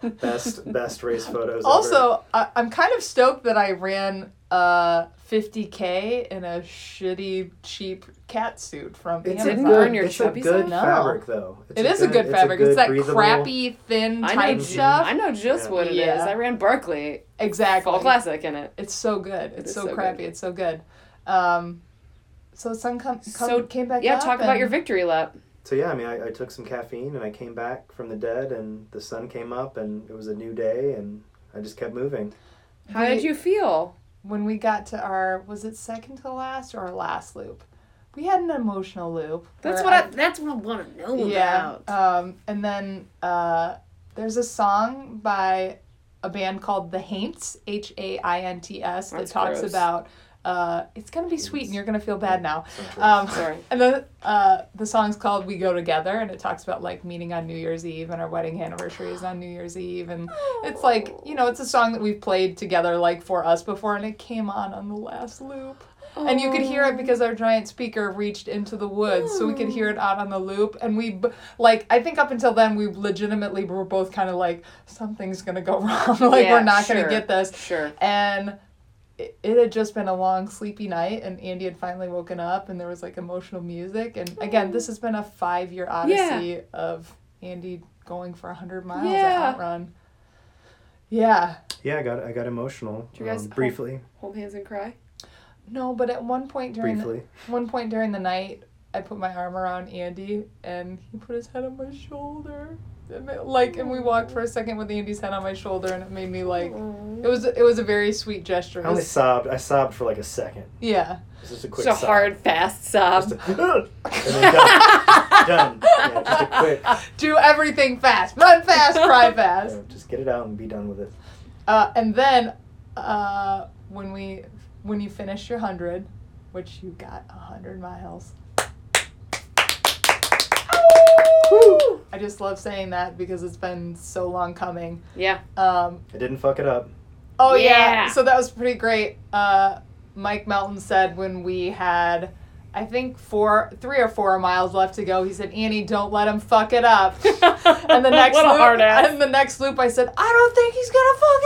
Speaker 2: [LAUGHS]
Speaker 3: Best best race photos. ever.
Speaker 2: Also, I, I'm kind of stoked that I ran uh 50k in a shitty, cheap cat suit from
Speaker 3: It's a
Speaker 2: Amazon.
Speaker 4: didn't
Speaker 3: good-
Speaker 4: burn your
Speaker 3: it's
Speaker 4: chubby
Speaker 3: a good
Speaker 4: side?
Speaker 2: No.
Speaker 3: fabric though. It's
Speaker 2: It is a good
Speaker 3: it's
Speaker 2: fabric. It's,
Speaker 3: good,
Speaker 2: that
Speaker 3: breathable-
Speaker 2: crappy, thin,
Speaker 4: I
Speaker 2: tight
Speaker 4: know.
Speaker 2: stuff.
Speaker 4: I know just
Speaker 3: Yeah.
Speaker 4: what it is.
Speaker 2: Yeah.
Speaker 4: I ran Berkeley
Speaker 2: Exactly.
Speaker 4: Fall Classic in it.
Speaker 2: It's so good. It's
Speaker 4: is
Speaker 2: so,
Speaker 4: so good.
Speaker 2: crappy. It's so good. Um, so the sun come, come,
Speaker 4: So,
Speaker 2: came back
Speaker 4: yeah,
Speaker 2: up
Speaker 4: talk about
Speaker 2: and-
Speaker 4: your victory lap.
Speaker 3: So yeah, I mean, I, I took some caffeine and I came back from the dead, and the sun came up, and it was a new day, and I just kept moving.
Speaker 4: How did
Speaker 2: Wait.
Speaker 4: you feel?
Speaker 2: when we got to our was it second to last or our last loop? We had an emotional loop.
Speaker 1: That's
Speaker 2: where
Speaker 1: what I. That's what I want to know
Speaker 2: yeah.
Speaker 1: about.
Speaker 2: Um, and then uh, there's a song by a band called The Haints, H A I N T S, that
Speaker 4: That's
Speaker 2: talks
Speaker 4: gross.
Speaker 2: about uh, it's gonna be sweet and you're gonna feel bad now.
Speaker 3: Sometimes.
Speaker 2: Um,
Speaker 4: Sorry.
Speaker 2: [LAUGHS] And then uh, the song's called "We Go Together," and it talks about like meeting on New Year's Eve and our wedding anniversary is on New Year's Eve, and it's like
Speaker 4: Oh.
Speaker 2: you know it's a song that we've played together like for us before, and it came on on the last loop. And you could hear it because our giant speaker reached into the woods, so we could hear it out on the loop. And we, b- like, I think up until then, we legitimately were both kind of like, something's gonna go [LAUGHS] wrong. like,
Speaker 4: Yeah,
Speaker 2: we're not
Speaker 4: sure,
Speaker 2: gonna get this
Speaker 4: Sure.
Speaker 2: and it, it had just been a long sleepy night and andy had finally woken up and there was like emotional music and again this has been a five year odyssey of andy going for 100 miles
Speaker 4: Yeah.
Speaker 2: at outrun yeah
Speaker 3: Yeah, I got I got emotional.
Speaker 4: you guys
Speaker 3: um,
Speaker 4: hold-
Speaker 3: briefly,
Speaker 4: Hold hands and cry.
Speaker 2: no but at one point during the-
Speaker 3: briefly.
Speaker 2: one point during the night i put my arm around andy and he put his head on my shoulder like and we walked for a second with Andy's head on my shoulder and it made me like it was it was a very sweet gesture. It
Speaker 3: I only
Speaker 2: was-
Speaker 3: sobbed. I sobbed for like a second.
Speaker 2: yeah.
Speaker 3: It's just a quick
Speaker 1: It's a
Speaker 3: sob.
Speaker 1: hard, fast sob.
Speaker 3: Just a, [LAUGHS] and then done.
Speaker 4: [LAUGHS]
Speaker 3: done. Yeah, just a quick.
Speaker 2: Do everything fast. Run fast, cry fast.
Speaker 3: uh, just get it out and be done with it.
Speaker 2: Uh, and then uh, when we when you finish your hundred, which you got a hundred miles. I just love saying that because it's been so long coming.
Speaker 1: Yeah.
Speaker 2: Um,
Speaker 3: I didn't fuck it up.
Speaker 2: oh yeah.
Speaker 1: Yeah.
Speaker 2: so that was pretty great. Uh, Mike Melton said when we had, I think four, three or four miles left to go. He said, "Annie, don't let him fuck it up."
Speaker 1: [LAUGHS]
Speaker 2: [LAUGHS] And the next
Speaker 1: what a
Speaker 2: loop,
Speaker 1: hard ass.
Speaker 2: and the next loop, I said, I don't think he's gonna fuck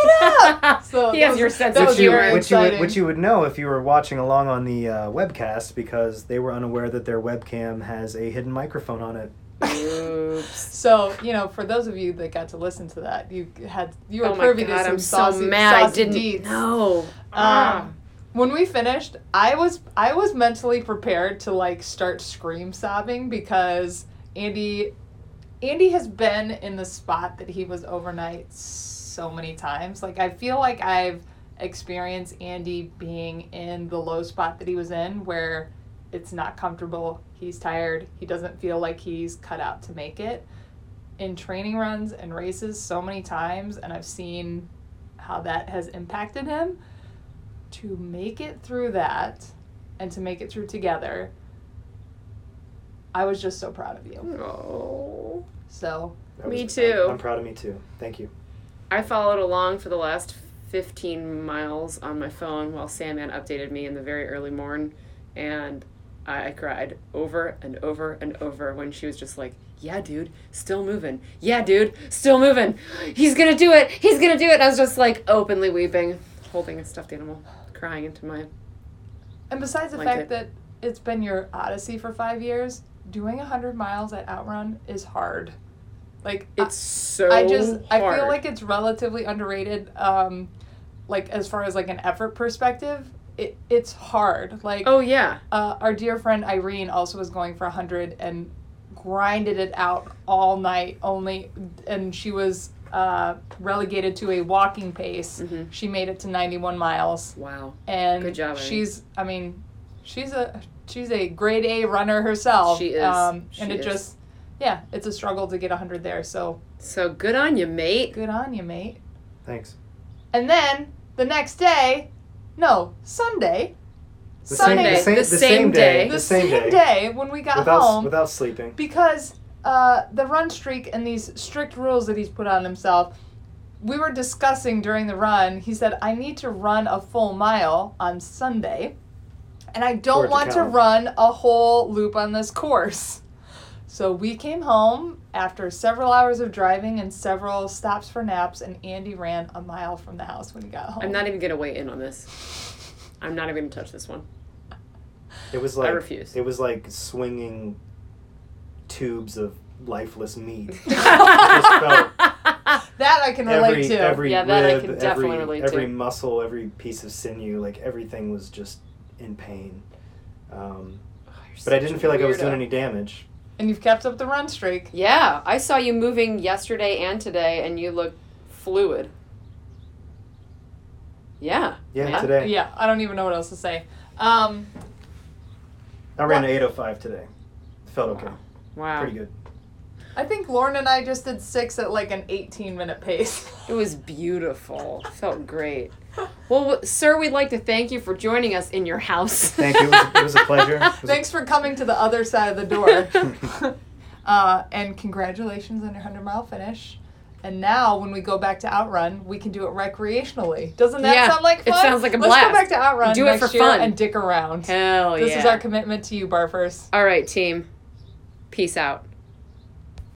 Speaker 1: [LAUGHS]
Speaker 2: it up. So
Speaker 1: He
Speaker 2: that
Speaker 1: has
Speaker 2: was-
Speaker 1: your sense
Speaker 2: that
Speaker 1: of
Speaker 2: was
Speaker 3: you,
Speaker 1: humor.
Speaker 2: very
Speaker 3: which, you would,
Speaker 2: exciting.
Speaker 3: which you would know if you were watching along on the uh, webcast because they were unaware that their webcam has a hidden microphone on it.
Speaker 1: [LAUGHS] Oops.
Speaker 2: so you know, for those of you that got to listen to that, you had you were
Speaker 1: Oh my
Speaker 2: privy
Speaker 1: god,
Speaker 2: to some
Speaker 1: I'm
Speaker 2: saucy,
Speaker 1: so mad I
Speaker 2: saucy
Speaker 1: didn't
Speaker 2: deeds.
Speaker 1: know.
Speaker 2: Ah. When we finished, I was I was mentally prepared to like start scream sobbing because Andy Andy has been in the spot that he was overnight so many times. Like I feel like I've experienced Andy being in the low spot that he was in where it's not comfortable, he's tired, he doesn't feel like he's cut out to make it. In training runs and races so many times and I've seen how that has impacted him to make it through that and to make it through together. I was just so proud of you.
Speaker 1: Oh.
Speaker 2: So
Speaker 3: That
Speaker 1: Me
Speaker 3: was-
Speaker 1: too.
Speaker 3: I'm, I'm proud of me too. Thank you.
Speaker 1: I followed along for the last 15 miles on my phone while Sandman updated me in the very early morn, and I I cried over and over and over when she was just like, "Yeah, dude, still moving. Yeah, dude, still moving. He's gonna do it. He's gonna do it." And I was just like openly weeping, holding a stuffed animal, crying into my
Speaker 2: And besides the
Speaker 1: Like
Speaker 2: fact
Speaker 1: it.
Speaker 2: that it's been your odyssey for five years, doing 100 miles at Outrun is hard. Like, I-
Speaker 1: It's so.
Speaker 2: I just, I feel
Speaker 1: hard.
Speaker 2: like it's relatively underrated, um, like, as far as, like, an effort perspective. It, it's hard. Like,
Speaker 1: Oh yeah.
Speaker 2: uh, our dear friend Irene also was going for 100 and grinded it out all night only and she was uh, relegated to a walking pace she made it to 91 miles
Speaker 1: Wow.
Speaker 2: and
Speaker 1: Mm-hmm. Good job, Irene.
Speaker 2: she's i mean she's a she's a grade a runner herself
Speaker 1: She is.
Speaker 2: um,
Speaker 1: She
Speaker 2: and it
Speaker 1: is.
Speaker 2: just yeah it's a struggle to get 100 there so
Speaker 1: So good on you, mate.
Speaker 2: good on you mate
Speaker 3: Thanks.
Speaker 2: and then the next day no sunday
Speaker 3: The
Speaker 1: Sunday,
Speaker 3: same,
Speaker 1: the
Speaker 3: the same, the
Speaker 1: same
Speaker 3: same day,
Speaker 1: day.
Speaker 2: the same, day. when we got
Speaker 3: without
Speaker 2: home
Speaker 3: without sleeping.
Speaker 2: because uh, the run streak and these strict rules that he's put on himself we were discussing during the run he said i need to run a full mile on sunday and i
Speaker 3: For it
Speaker 2: don't
Speaker 3: to
Speaker 2: want to
Speaker 3: count.
Speaker 2: run a whole loop on this course [LAUGHS] so we came home after several hours of driving and several stops for naps and andy ran a mile from the house when he got home
Speaker 1: I'm not even gonna weigh in on this. I'm not even gonna touch this one.
Speaker 3: It was like
Speaker 1: refuse.
Speaker 3: It was like swinging tubes of lifeless meat. It
Speaker 1: [LAUGHS]
Speaker 3: just felt
Speaker 2: that [LAUGHS] i can relate
Speaker 3: every
Speaker 2: to
Speaker 3: every
Speaker 1: Yeah,
Speaker 3: rib,
Speaker 1: that I can definitely
Speaker 3: every
Speaker 1: relate to.
Speaker 3: every muscle, every piece of sinew, like everything was just in pain. Um, but I didn't feel like I was doing any damage.
Speaker 2: and you've kept up the run streak
Speaker 1: Yeah, I saw you moving yesterday and today, and you look fluid. Yeah.
Speaker 3: Yeah,
Speaker 1: man.
Speaker 3: today
Speaker 2: yeah i don't even know what else to say um,
Speaker 3: I ran an 805 today. Felt okay,
Speaker 1: Wow.
Speaker 3: pretty good.
Speaker 2: I think Lauren and I just did six at like an 18 minute pace. [LAUGHS]
Speaker 1: It was beautiful. Felt great. Well, w- sir, we'd like to thank you for joining us in your house.
Speaker 3: Thank you. It was, it was a pleasure. It was
Speaker 2: [LAUGHS]
Speaker 3: a-
Speaker 2: Thanks for coming to the other side of the door. [LAUGHS] uh, and congratulations on your 100 mile finish. And now, when we go back to Outrun, we can do it recreationally. Doesn't that
Speaker 1: Yeah,
Speaker 2: sound like
Speaker 1: it
Speaker 2: fun?
Speaker 1: sounds like a
Speaker 2: Let's
Speaker 1: blast.
Speaker 2: go back to Outrun
Speaker 1: Do it
Speaker 2: next
Speaker 1: for
Speaker 2: year
Speaker 1: fun.
Speaker 2: and dick
Speaker 1: [LAUGHS]
Speaker 2: around.
Speaker 1: Hell
Speaker 2: this
Speaker 1: yeah.
Speaker 2: is our commitment to you, Barfers.
Speaker 1: All right, team. Peace out.